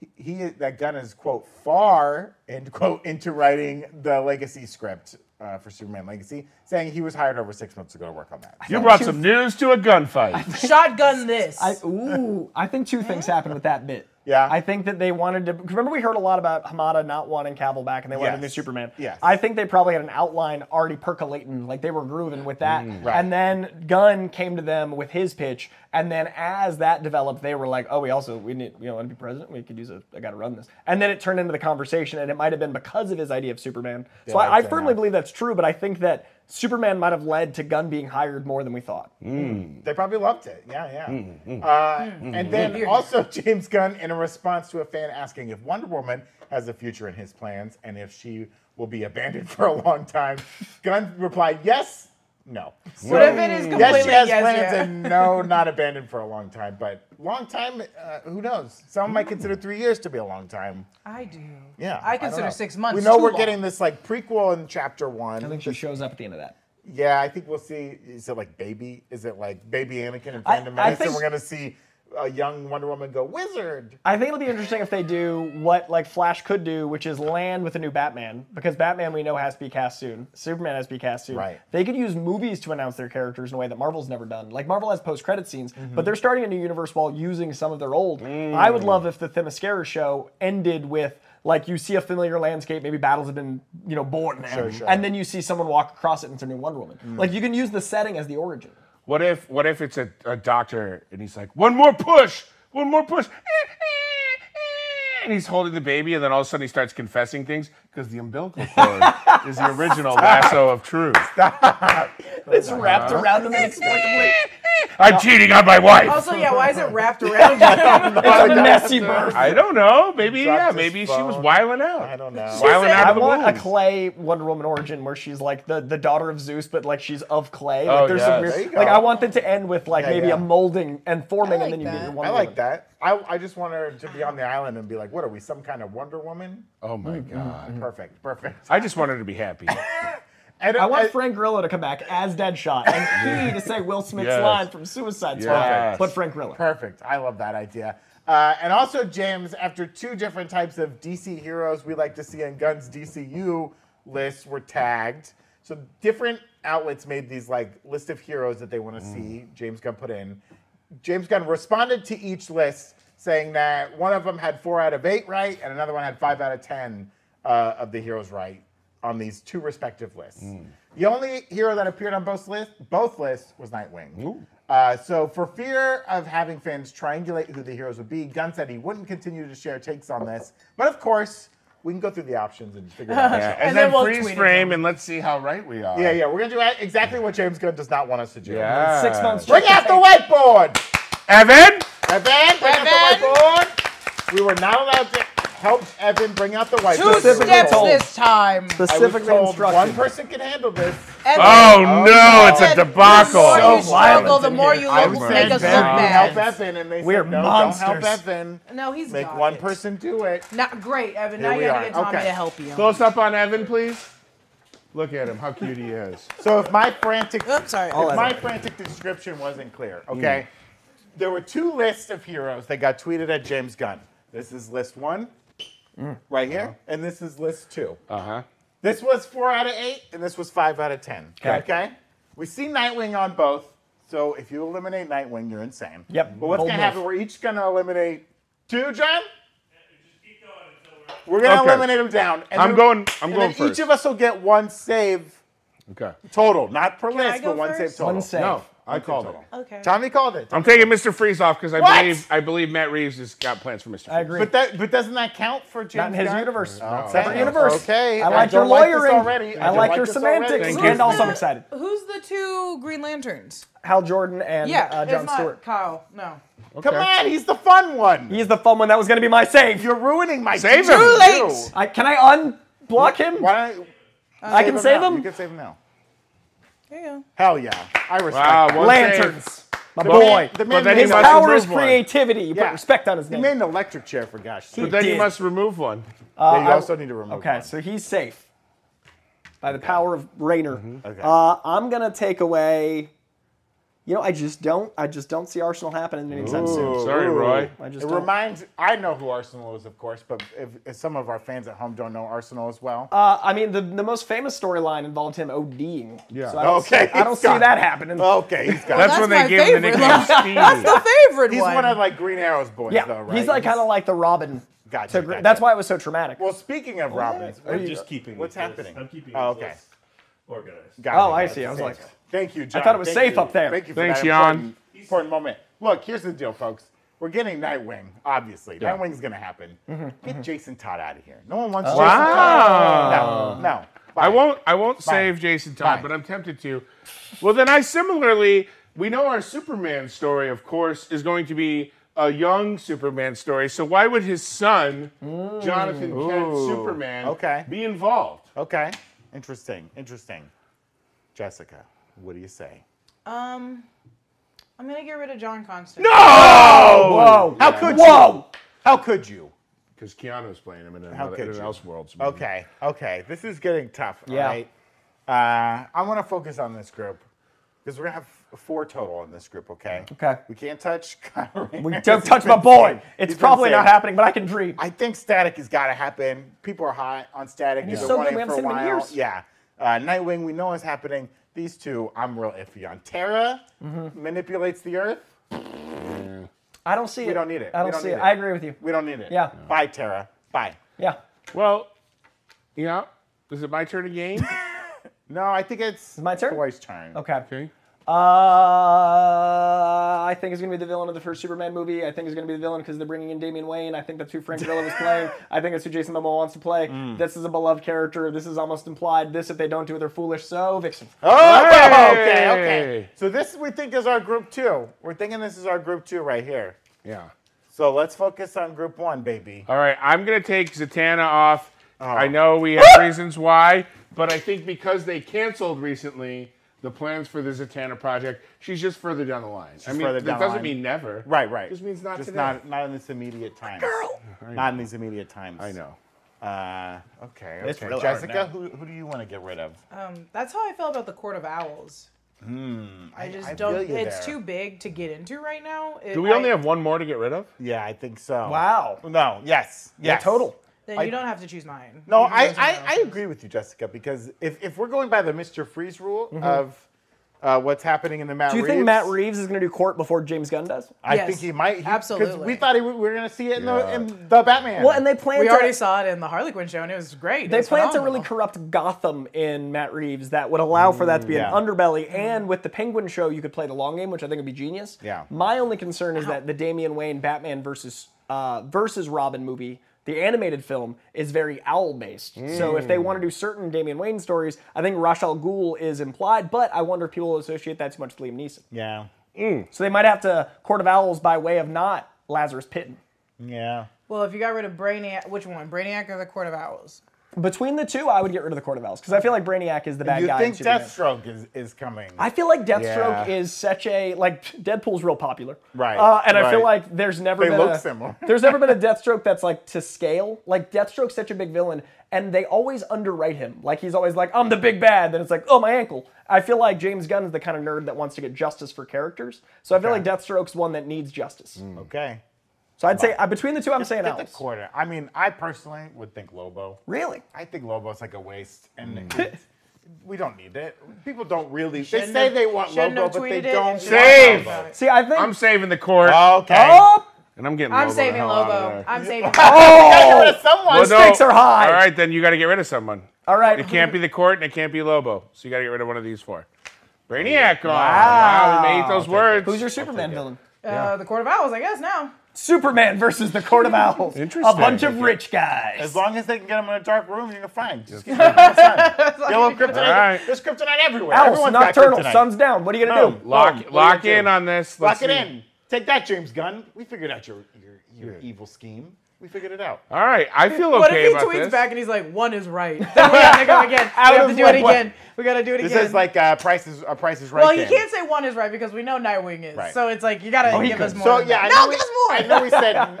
Speaker 1: he, he that Gunn is quote far end quote into writing the Legacy script uh, for Superman Legacy, saying he was hired over six months ago to work on that.
Speaker 2: You brought some news to a gunfight.
Speaker 4: Shotgun this.
Speaker 3: I, ooh, I think two things happened with that bit.
Speaker 1: Yeah.
Speaker 3: I think that they wanted to. 'cause Remember, we heard a lot about Hamada not wanting Cavill back, and they wanted a new
Speaker 1: Yes.
Speaker 3: Superman.
Speaker 1: Yes.
Speaker 3: I think they probably had an outline already percolating, like they were grooving with that.
Speaker 1: Mm, Right.
Speaker 3: And then Gunn came to them with his pitch, and then as that developed, they were like, "Oh, we also we need we don't want to be president. We could use a. I got to run this." And then it turned into the conversation, and it might have been because of his idea of Superman. so I, I
Speaker 1: liked that
Speaker 3: firmly
Speaker 1: now.
Speaker 3: believe that's true, but I think that Superman might have led to Gunn being hired more than we thought.
Speaker 1: Mm. They probably loved it. Yeah, yeah. Uh,
Speaker 4: Mm.
Speaker 1: And
Speaker 4: Mm-hmm.
Speaker 1: then also James Gunn, in a response to a fan asking if Wonder Woman has a future in his plans and if she will be abandoned for a long time, Gunn replied, "Yes, no." So,
Speaker 4: What if it is
Speaker 1: Mm. yes, she
Speaker 4: completely
Speaker 1: has
Speaker 4: yes,
Speaker 1: plans,
Speaker 4: yeah.
Speaker 1: and no, not abandoned for a long time. But long time, uh, who knows? Some might consider three years to be a long time.
Speaker 4: I do.
Speaker 1: Yeah,
Speaker 4: I
Speaker 1: don't know.
Speaker 4: consider six months.
Speaker 1: We know
Speaker 4: too
Speaker 1: we're
Speaker 4: long.
Speaker 1: getting this like prequel in chapter one.
Speaker 3: I think she shows up at the end of that.
Speaker 1: Yeah, I think we'll see. Is it like baby? Is it like baby Anakin and
Speaker 3: I-
Speaker 1: Phantom
Speaker 3: I
Speaker 1: Menace?
Speaker 3: think-
Speaker 1: and we're gonna see a young Wonder Woman go wizard.
Speaker 3: I think it'll be interesting if they do what like Flash could do, which is land with a new Batman, because Batman we know has to be cast soon. Superman has to be cast soon.
Speaker 1: Right.
Speaker 3: They could use movies to announce their characters in a way that Marvel's never done. Like Marvel has post-credit scenes, but they're starting a new universe while using some of their old. I would love if the Themyscira show ended with like you see a familiar landscape, maybe battles have been you know born there,
Speaker 1: Sure, sure.
Speaker 3: and then you see someone walk across it and it's a new Wonder Woman. Like you can use the setting as the origin.
Speaker 2: What if what if it's a, a doctor and he's like, one more push, one more push. And he's holding the baby, and then all of a sudden he starts confessing things because the umbilical cord is the original lasso of truth.
Speaker 3: It's wrapped around them inexplicably.
Speaker 2: I'm cheating on my wife.
Speaker 4: Also, yeah, why is it wrapped around you?
Speaker 3: It's a messy birth.
Speaker 2: I don't know. Maybe
Speaker 1: dropped
Speaker 2: yeah.
Speaker 1: his
Speaker 2: Maybe she
Speaker 1: phone.
Speaker 2: was wiling out.
Speaker 1: I don't know. She
Speaker 2: Wiling
Speaker 3: I
Speaker 2: out of the
Speaker 3: want
Speaker 2: womb.
Speaker 3: a Clay Wonder Woman origin where she's like the, the daughter of Zeus, but like she's of clay. Like
Speaker 2: Oh,
Speaker 3: there's some
Speaker 2: yes.
Speaker 1: There you
Speaker 3: weird,
Speaker 1: go.
Speaker 3: like I want them to end with like
Speaker 1: Yeah,
Speaker 3: maybe
Speaker 1: yeah.
Speaker 3: a molding and forming,
Speaker 4: I
Speaker 3: and then you
Speaker 4: like
Speaker 3: get your
Speaker 4: that.
Speaker 1: I
Speaker 3: Wonder
Speaker 1: like
Speaker 3: Woman.
Speaker 1: that. I, I just want her to be on the island and be like, what are we, some kind of Wonder Woman?
Speaker 2: Oh my
Speaker 3: Mm.
Speaker 2: god.
Speaker 1: Perfect, perfect.
Speaker 2: I just wanted her to be happy.
Speaker 1: And,
Speaker 3: I want
Speaker 1: and-
Speaker 3: Frank Grillo to come back as Deadshot and he to say Will Smith's
Speaker 2: Yes.
Speaker 3: line from Suicide Squad,
Speaker 2: Yes.
Speaker 3: but Frank Grillo.
Speaker 1: Perfect. I love that idea. Uh, and also, James, after two different types of DC heroes we like to see in Guns DCU lists were tagged. So different outlets made these like list of heroes that they want to see James Gunn put in. James Gunn responded to each list saying that one of them had four out of eight right, and another one had five out of ten uh, of the heroes right on these two respective lists. The only hero that appeared on both lists, both lists, was Nightwing. Uh, so, for fear of having fans triangulate who the heroes would be, Gunn said he wouldn't continue to share takes on this. But of course, we can go through the options and figure it out.
Speaker 2: Yeah, and,
Speaker 4: And
Speaker 2: then,
Speaker 4: then we'll
Speaker 2: freeze
Speaker 4: tweet it
Speaker 2: frame
Speaker 4: out.
Speaker 2: and let's see how right we are.
Speaker 1: Yeah, yeah, we're gonna do a- exactly what James Gunn does not want us to do.
Speaker 2: Yeah.
Speaker 3: Six months.
Speaker 1: Bring out the whiteboard,
Speaker 2: Evan,
Speaker 1: Evan. Bring out
Speaker 4: Evan.
Speaker 1: the whiteboard. We were not allowed to help Evan bring out the
Speaker 4: Two
Speaker 1: whiteboard.
Speaker 3: Specifically
Speaker 4: steps
Speaker 3: told.
Speaker 4: this time.
Speaker 1: I was
Speaker 3: Specifically
Speaker 1: told one
Speaker 3: instructed.
Speaker 1: person can handle this.
Speaker 4: And
Speaker 2: Oh,
Speaker 1: Oh,
Speaker 2: no,
Speaker 1: no.
Speaker 2: it's a
Speaker 4: then
Speaker 2: debacle.
Speaker 4: The more
Speaker 1: So
Speaker 4: you struggle,
Speaker 1: violent
Speaker 4: the
Speaker 1: in
Speaker 4: more
Speaker 1: here.
Speaker 4: you
Speaker 1: I
Speaker 4: look,
Speaker 1: said,
Speaker 4: make us look
Speaker 1: "Ben, Help
Speaker 4: bad.
Speaker 1: Evan, and they
Speaker 3: We're
Speaker 1: said, no, don't help
Speaker 3: monsters.
Speaker 1: Evan.
Speaker 4: No, he's
Speaker 1: Make
Speaker 4: got
Speaker 1: one
Speaker 4: it.
Speaker 1: person do it.
Speaker 4: Not great, Evan.
Speaker 1: Here
Speaker 4: now
Speaker 1: we
Speaker 4: you
Speaker 1: are.
Speaker 4: gotta get Tommy
Speaker 1: Okay.
Speaker 4: to help you.
Speaker 2: close up on Evan, please. Look at him, how cute he is.
Speaker 1: So if my frantic
Speaker 4: Oops, sorry.
Speaker 3: I'll
Speaker 1: If
Speaker 3: add
Speaker 1: my
Speaker 3: it.
Speaker 1: frantic description wasn't clear,
Speaker 4: Hmm.
Speaker 1: okay? There were two lists of heroes that got tweeted at James Gunn. This is list one,
Speaker 4: Mm.
Speaker 1: right here,
Speaker 4: Uh-huh.
Speaker 1: and this is list two.
Speaker 2: Uh huh.
Speaker 1: This was four out of eight, and this was five out of ten. Okay. We see Nightwing on both, so if you eliminate Nightwing, you're insane.
Speaker 3: Yep,
Speaker 1: But what's
Speaker 3: bold
Speaker 1: going to
Speaker 3: move.
Speaker 1: happen? We're each going to eliminate two, John?
Speaker 5: Keep going until we're.
Speaker 1: We're going to
Speaker 2: Okay.
Speaker 1: eliminate them down. And
Speaker 2: I'm
Speaker 1: then-
Speaker 2: going- I'm
Speaker 1: and
Speaker 2: going
Speaker 1: then
Speaker 2: first.
Speaker 1: Each of us will get one save
Speaker 2: Okay.
Speaker 1: total, not per
Speaker 4: I
Speaker 1: list,
Speaker 4: go
Speaker 1: but one save
Speaker 4: first?
Speaker 1: total.
Speaker 3: One save.
Speaker 2: No, I called
Speaker 1: total.
Speaker 2: him.
Speaker 4: Okay.
Speaker 1: Tommy called it.
Speaker 2: I'm taking Mr. Freeze off because I
Speaker 1: What?
Speaker 2: believe I believe Matt Reeves has got plans for Mr. Freeze.
Speaker 3: I agree.
Speaker 1: But that but doesn't that count for James
Speaker 3: Not in his
Speaker 1: Gunn?
Speaker 3: universe.
Speaker 1: Okay.
Speaker 3: Separate universe.
Speaker 1: Okay.
Speaker 3: I
Speaker 1: I
Speaker 3: like your
Speaker 1: don't like this
Speaker 3: lawyering.
Speaker 1: already. I
Speaker 3: I,
Speaker 1: don't
Speaker 3: like
Speaker 1: like
Speaker 3: your
Speaker 1: this already.
Speaker 3: semantics.
Speaker 2: Thank you.
Speaker 3: And also I'm excited.
Speaker 4: Who's the two Green Lanterns?
Speaker 3: Hal Jordan and
Speaker 4: Yeah,
Speaker 3: uh,
Speaker 4: it's
Speaker 3: John
Speaker 4: not
Speaker 3: Stewart.
Speaker 4: Kyle. No.
Speaker 1: Come on, he's the fun one.
Speaker 3: He's the fun one. That was going to be my save.
Speaker 1: You're ruining my
Speaker 2: Save
Speaker 1: team.
Speaker 2: him.
Speaker 4: Too late.
Speaker 3: I, can I unblock him?
Speaker 1: Why don't
Speaker 3: I can save
Speaker 1: now.
Speaker 3: him.
Speaker 1: You can save him now.
Speaker 4: There you go.
Speaker 1: Hell yeah. I respect
Speaker 2: Wow,
Speaker 1: that.
Speaker 2: one
Speaker 3: Lanterns. My
Speaker 1: The
Speaker 3: boy.
Speaker 1: man- the
Speaker 2: Well,
Speaker 1: man
Speaker 2: then
Speaker 1: made
Speaker 2: he
Speaker 3: His
Speaker 1: an-
Speaker 2: must
Speaker 3: power is
Speaker 2: remove one.
Speaker 3: creativity. You
Speaker 1: Yeah.
Speaker 3: put respect on his
Speaker 1: He
Speaker 3: name.
Speaker 1: made an electric chair for gosh. sake.
Speaker 2: But then you
Speaker 3: did.
Speaker 2: must remove one.
Speaker 1: Yeah, you
Speaker 3: I-
Speaker 1: also need to remove
Speaker 3: Okay,
Speaker 1: one.
Speaker 3: so he's safe by the power of Rainer.
Speaker 1: Mm-hmm. Okay.
Speaker 3: Uh, I'm gonna take away. You know, I just don't. I just don't see Arsenal happening anytime soon.
Speaker 1: Ooh,
Speaker 2: Sorry,
Speaker 1: ooh.
Speaker 2: Roy.
Speaker 3: I just
Speaker 1: it
Speaker 3: don't.
Speaker 1: reminds. I know who Arsenal is, of course, but if, if some of our fans at home don't know Arsenal as well,
Speaker 3: Uh, I mean, the, the most famous storyline involved him ODing.
Speaker 2: Yeah.
Speaker 3: So I don't
Speaker 1: Okay,
Speaker 3: See, I don't
Speaker 1: he's
Speaker 3: see
Speaker 1: got Oh,
Speaker 3: that
Speaker 1: it.
Speaker 3: happening.
Speaker 1: okay, he's got.
Speaker 2: That's,
Speaker 4: That's
Speaker 2: when they
Speaker 4: my
Speaker 2: gave him the
Speaker 4: favorite.
Speaker 2: nickname Speedy.
Speaker 4: That's the favorite
Speaker 1: he's
Speaker 4: one.
Speaker 1: one. of like Green Arrow's boys,
Speaker 3: yeah.
Speaker 1: though, right?
Speaker 3: He's like kind of like the Robin.
Speaker 1: Gotcha,
Speaker 3: to Gre-
Speaker 1: gotcha.
Speaker 3: That's why it was so traumatic.
Speaker 1: Well, speaking of Robins,
Speaker 3: There
Speaker 1: we're
Speaker 3: you
Speaker 1: just
Speaker 3: go.
Speaker 1: keeping.
Speaker 5: it
Speaker 1: What's
Speaker 5: this-
Speaker 1: happening?
Speaker 5: I'm keeping
Speaker 1: Oh,
Speaker 5: it
Speaker 1: okay.
Speaker 5: this organized.
Speaker 1: Got
Speaker 3: Oh,
Speaker 1: it.
Speaker 3: I
Speaker 1: Got
Speaker 3: see.
Speaker 1: it.
Speaker 3: I was
Speaker 1: Thank
Speaker 3: like-
Speaker 1: you. thank you, John.
Speaker 3: thought it was
Speaker 1: Thank
Speaker 3: safe
Speaker 1: you.
Speaker 3: up there.
Speaker 1: Thank you for
Speaker 2: Thanks,
Speaker 1: that
Speaker 2: Jan.
Speaker 1: important, important moment. Look, here's the deal, folks. We're getting Nightwing, obviously. Nightwing's going to happen.
Speaker 3: Mm-hmm.
Speaker 1: Get Jason Todd out of here. No one
Speaker 3: Oh.
Speaker 1: wants Jason Todd. No, no.
Speaker 2: I
Speaker 1: Bye.
Speaker 2: won't. I won't save Jason Todd,
Speaker 1: Fine.
Speaker 2: but I'm tempted to. Well, then I similarly. We know our Superman story, of course, is going to be a young Superman story. So why would his son, Jonathan Kent
Speaker 1: Hmm. Ooh.
Speaker 2: Superman,
Speaker 1: Okay. Oh.
Speaker 2: be involved?
Speaker 1: Okay. Interesting. Interesting. Jessica, what do you say?
Speaker 4: um, I'm gonna get rid of John Constant.
Speaker 2: No,
Speaker 3: Whoa!
Speaker 1: How could you?
Speaker 3: Whoa!
Speaker 1: How could you?
Speaker 2: because Keanu's playing him in,
Speaker 1: How
Speaker 2: another,
Speaker 1: could
Speaker 2: in an
Speaker 1: you?
Speaker 2: Elseworlds. movie.
Speaker 1: Okay. Okay. This is getting tough. All
Speaker 3: Yeah.
Speaker 1: right. Uh, I want to focus on this group because we're gonna have f- four total in this group. Okay.
Speaker 3: Okay.
Speaker 1: We can't touch. Kyrie.
Speaker 3: We don't touch my boy. It's probably not happening, but I can dream.
Speaker 1: I think Static has got to happen. People are hot on Static. They've
Speaker 3: he's
Speaker 1: been
Speaker 3: so
Speaker 1: wanting
Speaker 3: good, we
Speaker 1: it
Speaker 3: haven't
Speaker 1: for a
Speaker 3: seen him in
Speaker 1: while.
Speaker 3: years.
Speaker 1: Yeah. Uh, Nightwing, we know is happening. These two, I'm real iffy on. Terra
Speaker 3: Mm-hmm.
Speaker 1: manipulates the Earth.
Speaker 3: I don't see it.
Speaker 1: We don't need it.
Speaker 3: I
Speaker 1: We
Speaker 3: don't,
Speaker 1: don't
Speaker 3: see
Speaker 1: need
Speaker 3: it.
Speaker 1: it.
Speaker 3: I agree with you.
Speaker 1: We don't need it.
Speaker 3: Yeah.
Speaker 1: Bye, Terra. Bye.
Speaker 3: Yeah.
Speaker 2: Well, yeah. Is it my turn again?
Speaker 1: No, I think it's
Speaker 3: my turn?
Speaker 1: Boy's turn.
Speaker 3: Okay.
Speaker 2: okay.
Speaker 3: Uh, I think it's gonna be the villain of the first Superman movie. I think it's gonna be the villain because they're bringing in Damian Wayne. I think that's who Frank Villa was playing. I think that's who Jason Momoa wants to play.
Speaker 1: Mm.
Speaker 3: This is a beloved character. This is almost implied. This, if they don't do it, they're foolish. So Vixen.
Speaker 1: Oh, okay,
Speaker 2: Hey!
Speaker 1: okay. So this we think is our group two. We're thinking this is our group two right here.
Speaker 2: Yeah.
Speaker 1: So let's focus on group one, baby.
Speaker 2: All right, I'm gonna take Zatanna off.
Speaker 1: Oh.
Speaker 2: I know we have reasons why, but I think because they canceled recently the plans for the Zatanna project, she's just further down the line. I mean,
Speaker 1: further
Speaker 2: that
Speaker 1: down the
Speaker 2: doesn't
Speaker 1: line.
Speaker 2: mean never.
Speaker 1: Right, right.
Speaker 2: Just means not
Speaker 1: Just
Speaker 2: today.
Speaker 1: not not in this immediate time. Girl. Not in these immediate times.
Speaker 2: I know.
Speaker 1: Uh, okay.
Speaker 3: It's
Speaker 1: okay.
Speaker 3: real hard
Speaker 1: Jessica,
Speaker 3: now.
Speaker 1: who, who do you want to get rid of?
Speaker 4: Um, that's how I felt about the Court of Owls. I just
Speaker 1: Hmm, I
Speaker 4: don't.
Speaker 1: feel you
Speaker 4: It's
Speaker 1: there.
Speaker 4: too big to get into right now. It-
Speaker 2: Do we
Speaker 4: I-
Speaker 2: only have one more to get rid of?
Speaker 1: Yeah, I think so.
Speaker 3: Wow.
Speaker 1: No. Yes. Yes.
Speaker 3: total.
Speaker 4: Then
Speaker 1: I-
Speaker 4: you don't have to choose mine.
Speaker 1: No,
Speaker 4: You can
Speaker 1: I,
Speaker 4: go somewhere
Speaker 1: I, I agree with you, Jessica, because if, if we're going by the Mr. Freeze rule of uh, what's happening in the Matt
Speaker 3: Do you
Speaker 1: Reeves,
Speaker 3: think Matt Reeves is going to do court before James Gunn does?
Speaker 1: I
Speaker 4: Yes,
Speaker 1: think he might. He, 'cause
Speaker 4: absolutely.
Speaker 1: We thought he, we were going to see it in, the,
Speaker 2: Yeah.
Speaker 1: in the Batman.
Speaker 3: Well, and they plan
Speaker 4: we
Speaker 3: to,
Speaker 4: already saw it in the Harley Quinn show, and it was great. It
Speaker 3: they
Speaker 4: was
Speaker 3: plan to
Speaker 4: phenomenal.
Speaker 3: really corrupt Gotham in Matt Reeves that would allow for that to be
Speaker 1: yeah.
Speaker 3: an underbelly. And with the Penguin show, you could play the long game, which I think would be genius.
Speaker 1: Yeah.
Speaker 3: My only concern is that the Damian Wayne Batman versus uh, versus Robin movie. The animated film is very owl based. So if they want
Speaker 1: Hmm.
Speaker 3: to do certain Damian Wayne stories, I think Ra's al Ghul is implied, but I wonder if people will associate that too much with Liam Neeson.
Speaker 1: yeah.
Speaker 3: So they might have to Court of Owls by way of not Lazarus Pitten.
Speaker 1: Yeah.
Speaker 4: Well, if you got rid of Brainiac, which one? Brainiac or the Court of Owls?
Speaker 3: Between the two, I would get rid of the Court of Owls because I feel like Brainiac is the bad
Speaker 1: you
Speaker 3: guy. in
Speaker 1: think
Speaker 3: Superman.
Speaker 1: Deathstroke is, is coming.
Speaker 3: I feel like
Speaker 1: Yeah.
Speaker 3: Deathstroke is such a like Deadpool's real popular,
Speaker 1: Right,
Speaker 3: Uh, and I feel
Speaker 1: right.
Speaker 3: like there's never
Speaker 1: They
Speaker 3: been
Speaker 1: look
Speaker 3: a,
Speaker 1: similar.
Speaker 3: there's never been a Deathstroke that's like to scale. Like Deathstroke's such a big villain, and they always underwrite him. Like he's always like I'm the big bad, then it's like oh my ankle. I feel like James Gunn is the kind of nerd that wants to get justice for characters, so I feel like Deathstroke's one that needs justice.
Speaker 1: okay.
Speaker 3: So I'd say uh, between the two, I'm saying
Speaker 1: Get the
Speaker 3: Owls.
Speaker 1: quarter. I mean, I personally would think Lobo.
Speaker 3: Really?
Speaker 1: I think Lobo's like a waste, and it's- we don't need it. People don't really. they
Speaker 4: Shouldn't
Speaker 1: say
Speaker 4: have-
Speaker 1: they want
Speaker 4: shouldn't
Speaker 1: Lobo,
Speaker 4: have
Speaker 1: but they
Speaker 4: tweeted it.
Speaker 1: don't.
Speaker 4: Shouldn't
Speaker 1: want
Speaker 2: Save!
Speaker 4: have talked about it.
Speaker 3: See, I think
Speaker 2: I'm saving the court.
Speaker 1: Okay.
Speaker 3: Oh,
Speaker 2: And I'm getting
Speaker 4: I'm
Speaker 2: Lobo the
Speaker 4: saving
Speaker 2: hell out of
Speaker 4: Lobo.
Speaker 2: there.
Speaker 4: I'm saving.
Speaker 1: Gotta get rid of someone.
Speaker 2: Well,
Speaker 3: stakes are high.
Speaker 2: All right, then you got to get rid of someone.
Speaker 3: Oh! all right.
Speaker 2: It can't be the court and it can't be Lobo. So you got to get rid of one of these four. Brainiac gone. Wow. we made those words.
Speaker 3: Who's your Superman villain?
Speaker 4: Uh, the Court of Owls, I guess now.
Speaker 3: Superman versus the Court of
Speaker 4: Hmm.
Speaker 3: Owls. A
Speaker 2: Interesting.
Speaker 3: bunch of rich guys.
Speaker 1: As long as they can get him in a dark room, you're fine. Just keep him outside. Yellow kryptonite.
Speaker 2: Alright.
Speaker 1: There's kryptonite everywhere.
Speaker 3: Owls,
Speaker 1: Everyone's got
Speaker 3: nocturnal,
Speaker 1: kryptonite.
Speaker 3: sun's down. What are you gonna
Speaker 1: Boom.
Speaker 3: do?
Speaker 2: Lock,
Speaker 1: Boom. What
Speaker 2: lock
Speaker 1: do you
Speaker 2: in
Speaker 1: do?
Speaker 2: on this.
Speaker 1: Lock
Speaker 2: Let's
Speaker 1: it
Speaker 2: see.
Speaker 1: in. Take that, James Gunn. We figured out your your, your evil scheme. We figured it out.
Speaker 2: All right, I feel okay
Speaker 4: What if he
Speaker 2: about
Speaker 4: tweets
Speaker 2: this.
Speaker 4: back and he's like, "One is right." Then we have to go again. we
Speaker 1: Out
Speaker 4: have to
Speaker 1: of
Speaker 4: do it
Speaker 1: what- what?
Speaker 4: again. We got to do it
Speaker 1: This
Speaker 4: again.
Speaker 1: is like uh, Price is uh, Price is right.
Speaker 4: well, you
Speaker 1: game.
Speaker 4: can't say one is right because we know Nightwing is.
Speaker 1: Right.
Speaker 4: So it's like you gotta
Speaker 1: he
Speaker 4: give us
Speaker 1: could.
Speaker 4: more.
Speaker 1: So
Speaker 4: than
Speaker 1: yeah, I
Speaker 4: that.
Speaker 1: know
Speaker 4: no,
Speaker 1: we,
Speaker 4: give us more.
Speaker 1: I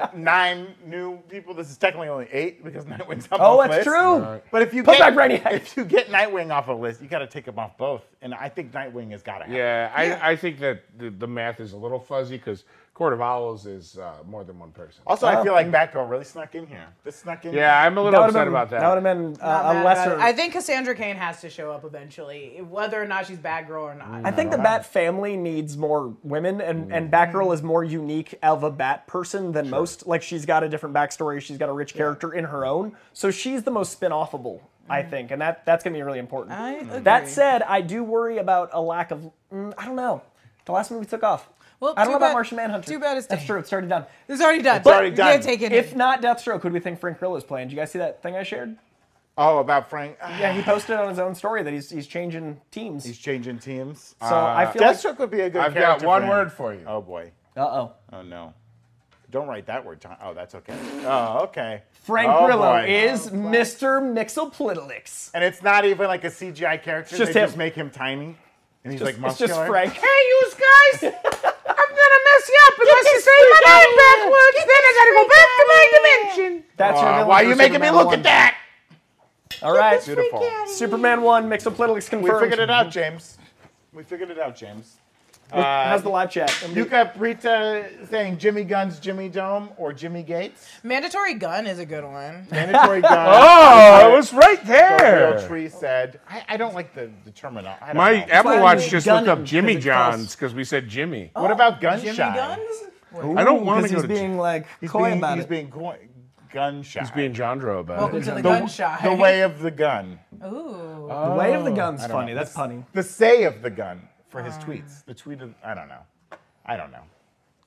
Speaker 1: know we said n- nine new people. This is technically only eight because Nightwing's on
Speaker 3: Oh,
Speaker 1: both
Speaker 3: that's
Speaker 1: lists.
Speaker 3: true.
Speaker 1: But if you
Speaker 3: Put
Speaker 1: get,
Speaker 3: back Brainiac.
Speaker 1: if you get Nightwing off a list, you got to take him off both. And I think Nightwing has got to.
Speaker 2: Yeah, I, I think that the, the math is a little fuzzy because Court of Owls is uh, more than one person.
Speaker 3: Oh,
Speaker 1: Also, I feel like Batgirl really snuck in here. This snuck in.
Speaker 2: Yeah, I'm a
Speaker 3: That
Speaker 2: little
Speaker 3: would've
Speaker 2: upset
Speaker 3: been-
Speaker 2: about that.
Speaker 3: That would have been
Speaker 4: Not
Speaker 3: uh,
Speaker 4: mad
Speaker 3: a
Speaker 4: about
Speaker 3: lesser.
Speaker 4: it. I think Cassandra Kane has to show up eventually, whether or not she's bad girl or not.
Speaker 3: I think the Bat family needs more women, and,
Speaker 4: Hmm.
Speaker 3: and Batgirl is more unique of a Bat person than most. Like, she's got a different backstory, she's got a rich character in her own. So, she's the most spin offable, I think, and that, that's going to be really important.
Speaker 4: Hmm.
Speaker 3: Hmm.
Speaker 4: I agree.
Speaker 3: that said, I do worry about a lack of. Mm, I don't know. The last movie took off.
Speaker 4: Well,
Speaker 3: I don't
Speaker 4: too
Speaker 3: know about
Speaker 4: bad-
Speaker 3: Martian Manhunter.
Speaker 4: too bad it's
Speaker 3: That's
Speaker 4: done.
Speaker 3: true, it's already done.
Speaker 4: it's already done. It's
Speaker 1: already
Speaker 4: you
Speaker 1: done.
Speaker 4: can't take it.
Speaker 3: If not Deathstroke, who do we think Frank Grillo's playing? Did you guys see that thing I shared?
Speaker 1: Oh, about Frank.
Speaker 3: Yeah, he posted on his own story that he's he's changing teams.
Speaker 1: He's changing teams. Uh,
Speaker 3: so I feel like,
Speaker 1: Deathstroke would be a good.
Speaker 2: I've got
Speaker 1: character
Speaker 2: one
Speaker 1: him.
Speaker 2: word for you.
Speaker 1: Oh boy.
Speaker 3: uh oh,
Speaker 1: Oh no. Don't write that word, Tom. Oh, that's okay. Oh, okay.
Speaker 3: Frank
Speaker 1: Oh,
Speaker 3: Grillo
Speaker 1: boy.
Speaker 3: is Mr. Mixoplitlix.
Speaker 1: And it's not even like a CGI character.
Speaker 3: just
Speaker 1: they
Speaker 3: him.
Speaker 1: just make him tiny, and he's like
Speaker 3: It's
Speaker 1: muscular.
Speaker 3: just Frank.
Speaker 4: Hey, you guys! I'm gonna mess you up unless you say my name backwards. Then I gotta go back to my dimension.
Speaker 3: That's your
Speaker 1: Uh,
Speaker 3: villain
Speaker 1: why are
Speaker 3: for
Speaker 1: you making me
Speaker 3: Superman
Speaker 1: look
Speaker 3: 1.
Speaker 1: at that?
Speaker 3: All right,
Speaker 1: Beautiful.
Speaker 3: Superman one, Mixoplitlix
Speaker 1: We
Speaker 3: confirmed.
Speaker 1: figured it out, James. We figured it out, James.
Speaker 3: How's the live chat?
Speaker 1: Yuka Prita saying Jimmy Gunn's Jimmy Dome or Jimmy Gates.
Speaker 4: Mandatory gun is a good one.
Speaker 1: Mandatory Gun.
Speaker 2: Oh, it was right
Speaker 1: Real
Speaker 2: there.
Speaker 1: Tree said. I, I don't like the, the terminology.
Speaker 2: My Apple
Speaker 3: why
Speaker 2: Watch
Speaker 3: we
Speaker 2: just
Speaker 3: done
Speaker 2: looked up
Speaker 3: it,
Speaker 2: Jimmy
Speaker 3: 'cause it costs- Oh.
Speaker 2: John's because we said Jimmy.
Speaker 1: what about gun
Speaker 4: Jimmy
Speaker 1: shy?
Speaker 4: guns?
Speaker 2: I don't want to go
Speaker 3: he's
Speaker 2: to
Speaker 3: being
Speaker 2: Jim-
Speaker 3: like
Speaker 1: He's
Speaker 3: coy
Speaker 1: being,
Speaker 3: about
Speaker 1: he's
Speaker 3: it.
Speaker 1: being go- gun shy.
Speaker 2: He's being Jandro about
Speaker 4: Welcome
Speaker 2: it.
Speaker 4: to the,
Speaker 1: The-
Speaker 4: gun shy.
Speaker 1: The way of the gun.
Speaker 4: Ooh.
Speaker 3: the way of the gun's
Speaker 1: Oh. don't
Speaker 3: funny.
Speaker 1: know.
Speaker 3: That's punny.
Speaker 1: The say of the gun for
Speaker 3: Uh.
Speaker 1: his tweets. The tweet of, I don't know. I don't know.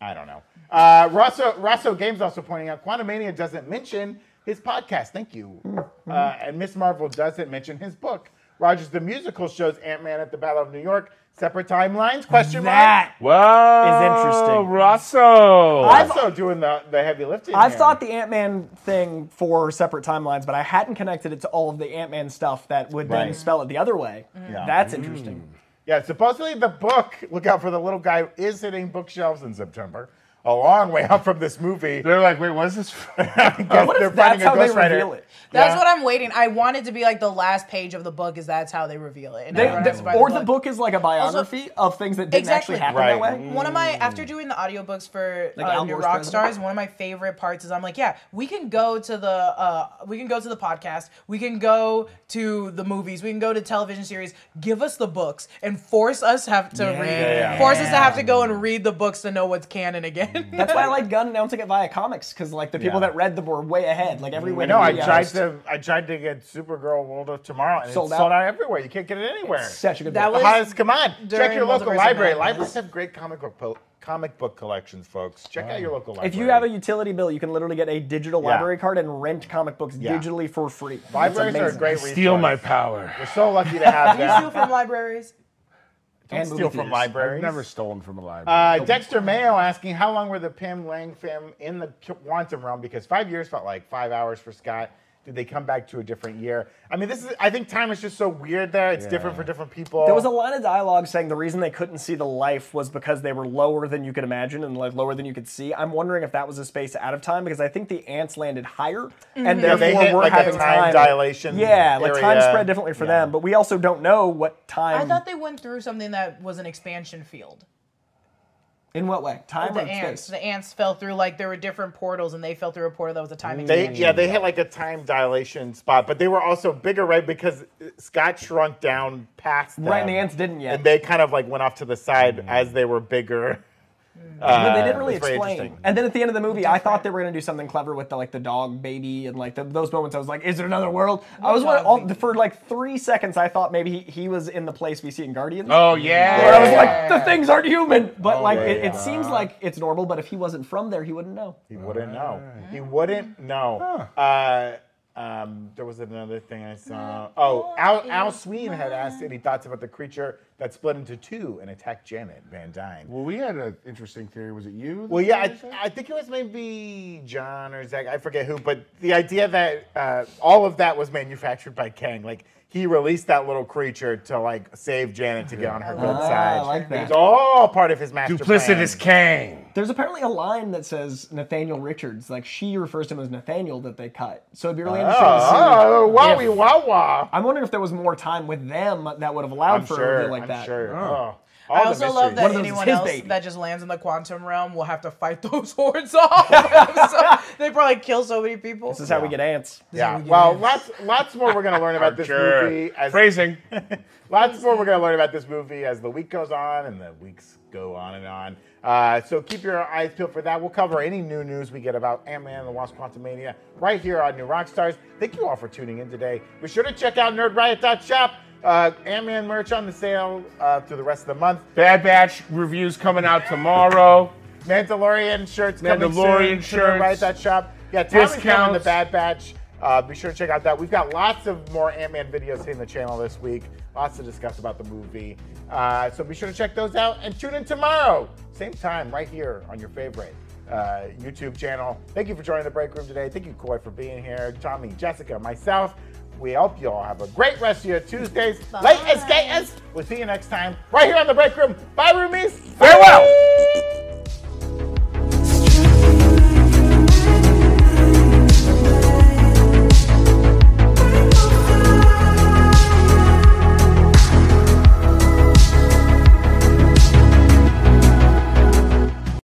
Speaker 1: I don't know. Uh, Rosso, Rosso Games also pointing out Quantumania doesn't mention his podcast. Thank you.
Speaker 3: Mm-hmm.
Speaker 1: Uh, and Miss Marvel doesn't mention his book. Rogers the Musical shows Ant Man at the Battle of New York. Separate timelines? Question mark.
Speaker 3: That
Speaker 2: Wow.
Speaker 3: Is interesting.
Speaker 2: Rosso.
Speaker 3: I've-
Speaker 1: Also doing the, the heavy lifting.
Speaker 3: I've
Speaker 1: here.
Speaker 3: thought the Ant Man thing for separate timelines, but I hadn't connected it to all of the Ant Man stuff that would then
Speaker 1: Right. Mm-hmm. Mm.
Speaker 3: spell it the other way.
Speaker 1: Yeah.
Speaker 3: That's interesting.
Speaker 1: Yeah, supposedly the book, look out for the little guy, is hitting bookshelves in September. a long way up from this movie.
Speaker 2: They're like, wait, what's this? from?"
Speaker 1: I guess
Speaker 3: What
Speaker 1: they're
Speaker 3: if that's
Speaker 1: finding a
Speaker 3: how they
Speaker 1: ghostwriter.
Speaker 3: reveal it?
Speaker 4: That's
Speaker 1: Yeah.
Speaker 4: what I'm waiting. I want it to be like the last page of the book, is that's how they reveal it. and
Speaker 3: They,
Speaker 4: everyone
Speaker 3: they-
Speaker 4: has to buy
Speaker 3: or the book is like a biography of things that didn't
Speaker 4: Exactly.
Speaker 3: actually happen that
Speaker 1: Right.
Speaker 3: way.
Speaker 4: One of my after doing the audiobooks for
Speaker 3: Like
Speaker 4: uh,
Speaker 3: Al
Speaker 4: New
Speaker 3: Moore's
Speaker 4: Rock
Speaker 3: President.
Speaker 4: Stars, one of my favorite parts is I'm like, yeah, we can go to the uh, we can go to the podcast, we can go to the movies, we can go to television series. Give us the books and force us have to read,
Speaker 1: Yeah.
Speaker 4: force us to have to go and read the books to know what's canon again.
Speaker 3: That's why I like Gunn announcing it via comics because like the people
Speaker 1: Yeah.
Speaker 3: that read them were way ahead. Like every
Speaker 1: I
Speaker 3: way.
Speaker 1: know. I
Speaker 3: to be
Speaker 1: tried
Speaker 3: honest.
Speaker 1: to. I tried to get Supergirl World of Tomorrow, and
Speaker 3: Sold
Speaker 1: it's
Speaker 3: out.
Speaker 1: sold out everywhere. You can't get it anywhere.
Speaker 3: Such a good.
Speaker 4: That
Speaker 1: the
Speaker 3: book.
Speaker 4: was-
Speaker 1: hottest. Come on, check
Speaker 4: during
Speaker 1: your local
Speaker 4: Multiverse of
Speaker 1: library.
Speaker 4: Madness.
Speaker 1: Libraries have great comic book po- comic book collections, folks. Check out your local library.
Speaker 3: If you have a utility bill, you can literally get a digital
Speaker 1: Yeah.
Speaker 3: library card and rent comic books
Speaker 1: Yeah.
Speaker 3: digitally for free. It's
Speaker 1: libraries are a
Speaker 3: amazing.
Speaker 1: great.
Speaker 2: Steal
Speaker 1: resource.
Speaker 2: my power.
Speaker 1: We're so lucky to have
Speaker 4: you steal
Speaker 1: them.
Speaker 4: from libraries.
Speaker 3: And
Speaker 1: steal
Speaker 3: movie
Speaker 1: from
Speaker 3: theaters.
Speaker 1: libraries.
Speaker 2: I've never stolen from a library.
Speaker 1: Uh, Dexter Mayo asking, how long were the Pim Lang fam in the quantum realm? Because five years felt like five hours for Scott. Did they come back to a different year? I mean, this is. I think time is just so weird there. It's different for different people.
Speaker 3: There was a lot of dialogue saying the reason they couldn't see the life was because they were lower than you could imagine and like lower than you could see. I'm wondering if that was a space out of time because I think the ants landed higher
Speaker 4: Mm-hmm.
Speaker 3: and
Speaker 1: they
Speaker 3: therefore
Speaker 1: hit,
Speaker 3: we're
Speaker 1: like, a
Speaker 3: having
Speaker 1: time dilation
Speaker 3: Yeah, like time
Speaker 1: area.
Speaker 3: spread differently for
Speaker 1: Yeah.
Speaker 3: them, but we also don't know what time.
Speaker 4: I thought they went through something that was an expansion field.
Speaker 3: in what way? Time
Speaker 4: The
Speaker 3: or
Speaker 4: ants,
Speaker 3: space?
Speaker 4: the ants fell through like there were different portals, and they fell through a portal that was a timing.
Speaker 1: They yeah, they hit like a time dilation spot, but they were also bigger, right? Because Scott shrunk down past them.
Speaker 3: Right, and the ants didn't yet.
Speaker 1: And they kind of like went off to the side as they were bigger.
Speaker 3: But they didn't
Speaker 1: Uh,
Speaker 3: really
Speaker 1: it's very
Speaker 3: explain.
Speaker 1: interesting.
Speaker 3: And then at the end of the movie, I thought they were going to do something clever with the like the dog baby and like the, those moments. I was like, "Is there another world?" I was
Speaker 4: dog
Speaker 3: wondering, all,
Speaker 4: baby?
Speaker 3: for like three seconds. I thought maybe he, he was in the place we see in Guardians.
Speaker 2: oh yeah.
Speaker 3: Where I was like, the things aren't human, but like
Speaker 1: yeah,
Speaker 3: it, it
Speaker 1: yeah.
Speaker 3: seems like it's normal. But if he wasn't from there, he wouldn't know.
Speaker 1: He wouldn't know. He wouldn't know. Uh, um, there was another thing I
Speaker 3: Mm.
Speaker 1: saw. Oh, Al, Al Sween had asked any thoughts about the creature that split into two and attacked Janet Van Dyne.
Speaker 2: well, we had an interesting theory. Was it you?
Speaker 1: Well, yeah, I, I think it was maybe John or Zach, I forget who, but the idea that uh, all of that was manufactured by Kang, like he released that little creature to like save Janet to get on her good
Speaker 3: Ah, I
Speaker 1: side.
Speaker 3: like that.
Speaker 1: It's all part of his master
Speaker 2: Duplicitous
Speaker 1: plan.
Speaker 2: Kang.
Speaker 3: There's apparently a line that says Nathaniel Richards. Like she refers to him as Nathaniel that they cut. So it'd be really interesting to see.
Speaker 1: Oh, oh,
Speaker 3: if-
Speaker 1: wowie, wow, wow.
Speaker 3: I'm wondering if there was more time with them that would have allowed
Speaker 1: I'm
Speaker 3: for a
Speaker 1: sure.
Speaker 3: reveal like
Speaker 1: I'm
Speaker 3: that.
Speaker 1: sure. Oh. All
Speaker 4: I
Speaker 1: the
Speaker 4: also love
Speaker 1: mysteries.
Speaker 4: that
Speaker 3: One of those is
Speaker 4: anyone
Speaker 3: his
Speaker 4: else
Speaker 3: baby.
Speaker 4: that just lands in the quantum realm will have to fight those hordes off. I'm so- they probably kill so many people.
Speaker 3: This is how we get ants.
Speaker 1: Yeah. Well, lots, lots more we're gonna learn about this
Speaker 2: Sure.
Speaker 1: movie as
Speaker 2: Phrasing.
Speaker 1: Lots more we're going to learn about this movie as the week goes on and the weeks go on and on. Uh, so keep your eyes peeled for that. We'll cover any new news we get about Ant-Man and the Wasp Quantumania right here on New Rockstars. Thank you all for tuning in today. Be sure to check out nerdriot.shop. Uh, Ant-Man merch on the sale uh, through the rest of the month.
Speaker 2: Bad Batch reviews coming out tomorrow.
Speaker 1: Mandalorian shirts coming
Speaker 2: Mandalorian
Speaker 1: soon to
Speaker 2: shirts.
Speaker 1: nerdriot.shop. Yeah, Tom and Tom
Speaker 2: Discounts.
Speaker 1: and the Bad Batch. Uh, be sure to check out that. We've got lots of more Ant-Man videos hitting the channel this week. Lots to discuss about the movie. Uh, so be sure to check those out and tune in tomorrow, same time, right here on your favorite uh, YouTube channel. Thank you for joining the break room today. Thank you, Koi, for being here. Tommy, Jessica, myself. We hope you all have a great rest of your Tuesdays. Late as gay as. We'll see you next time, right here on the break room. Bye, roomies.
Speaker 2: Farewell.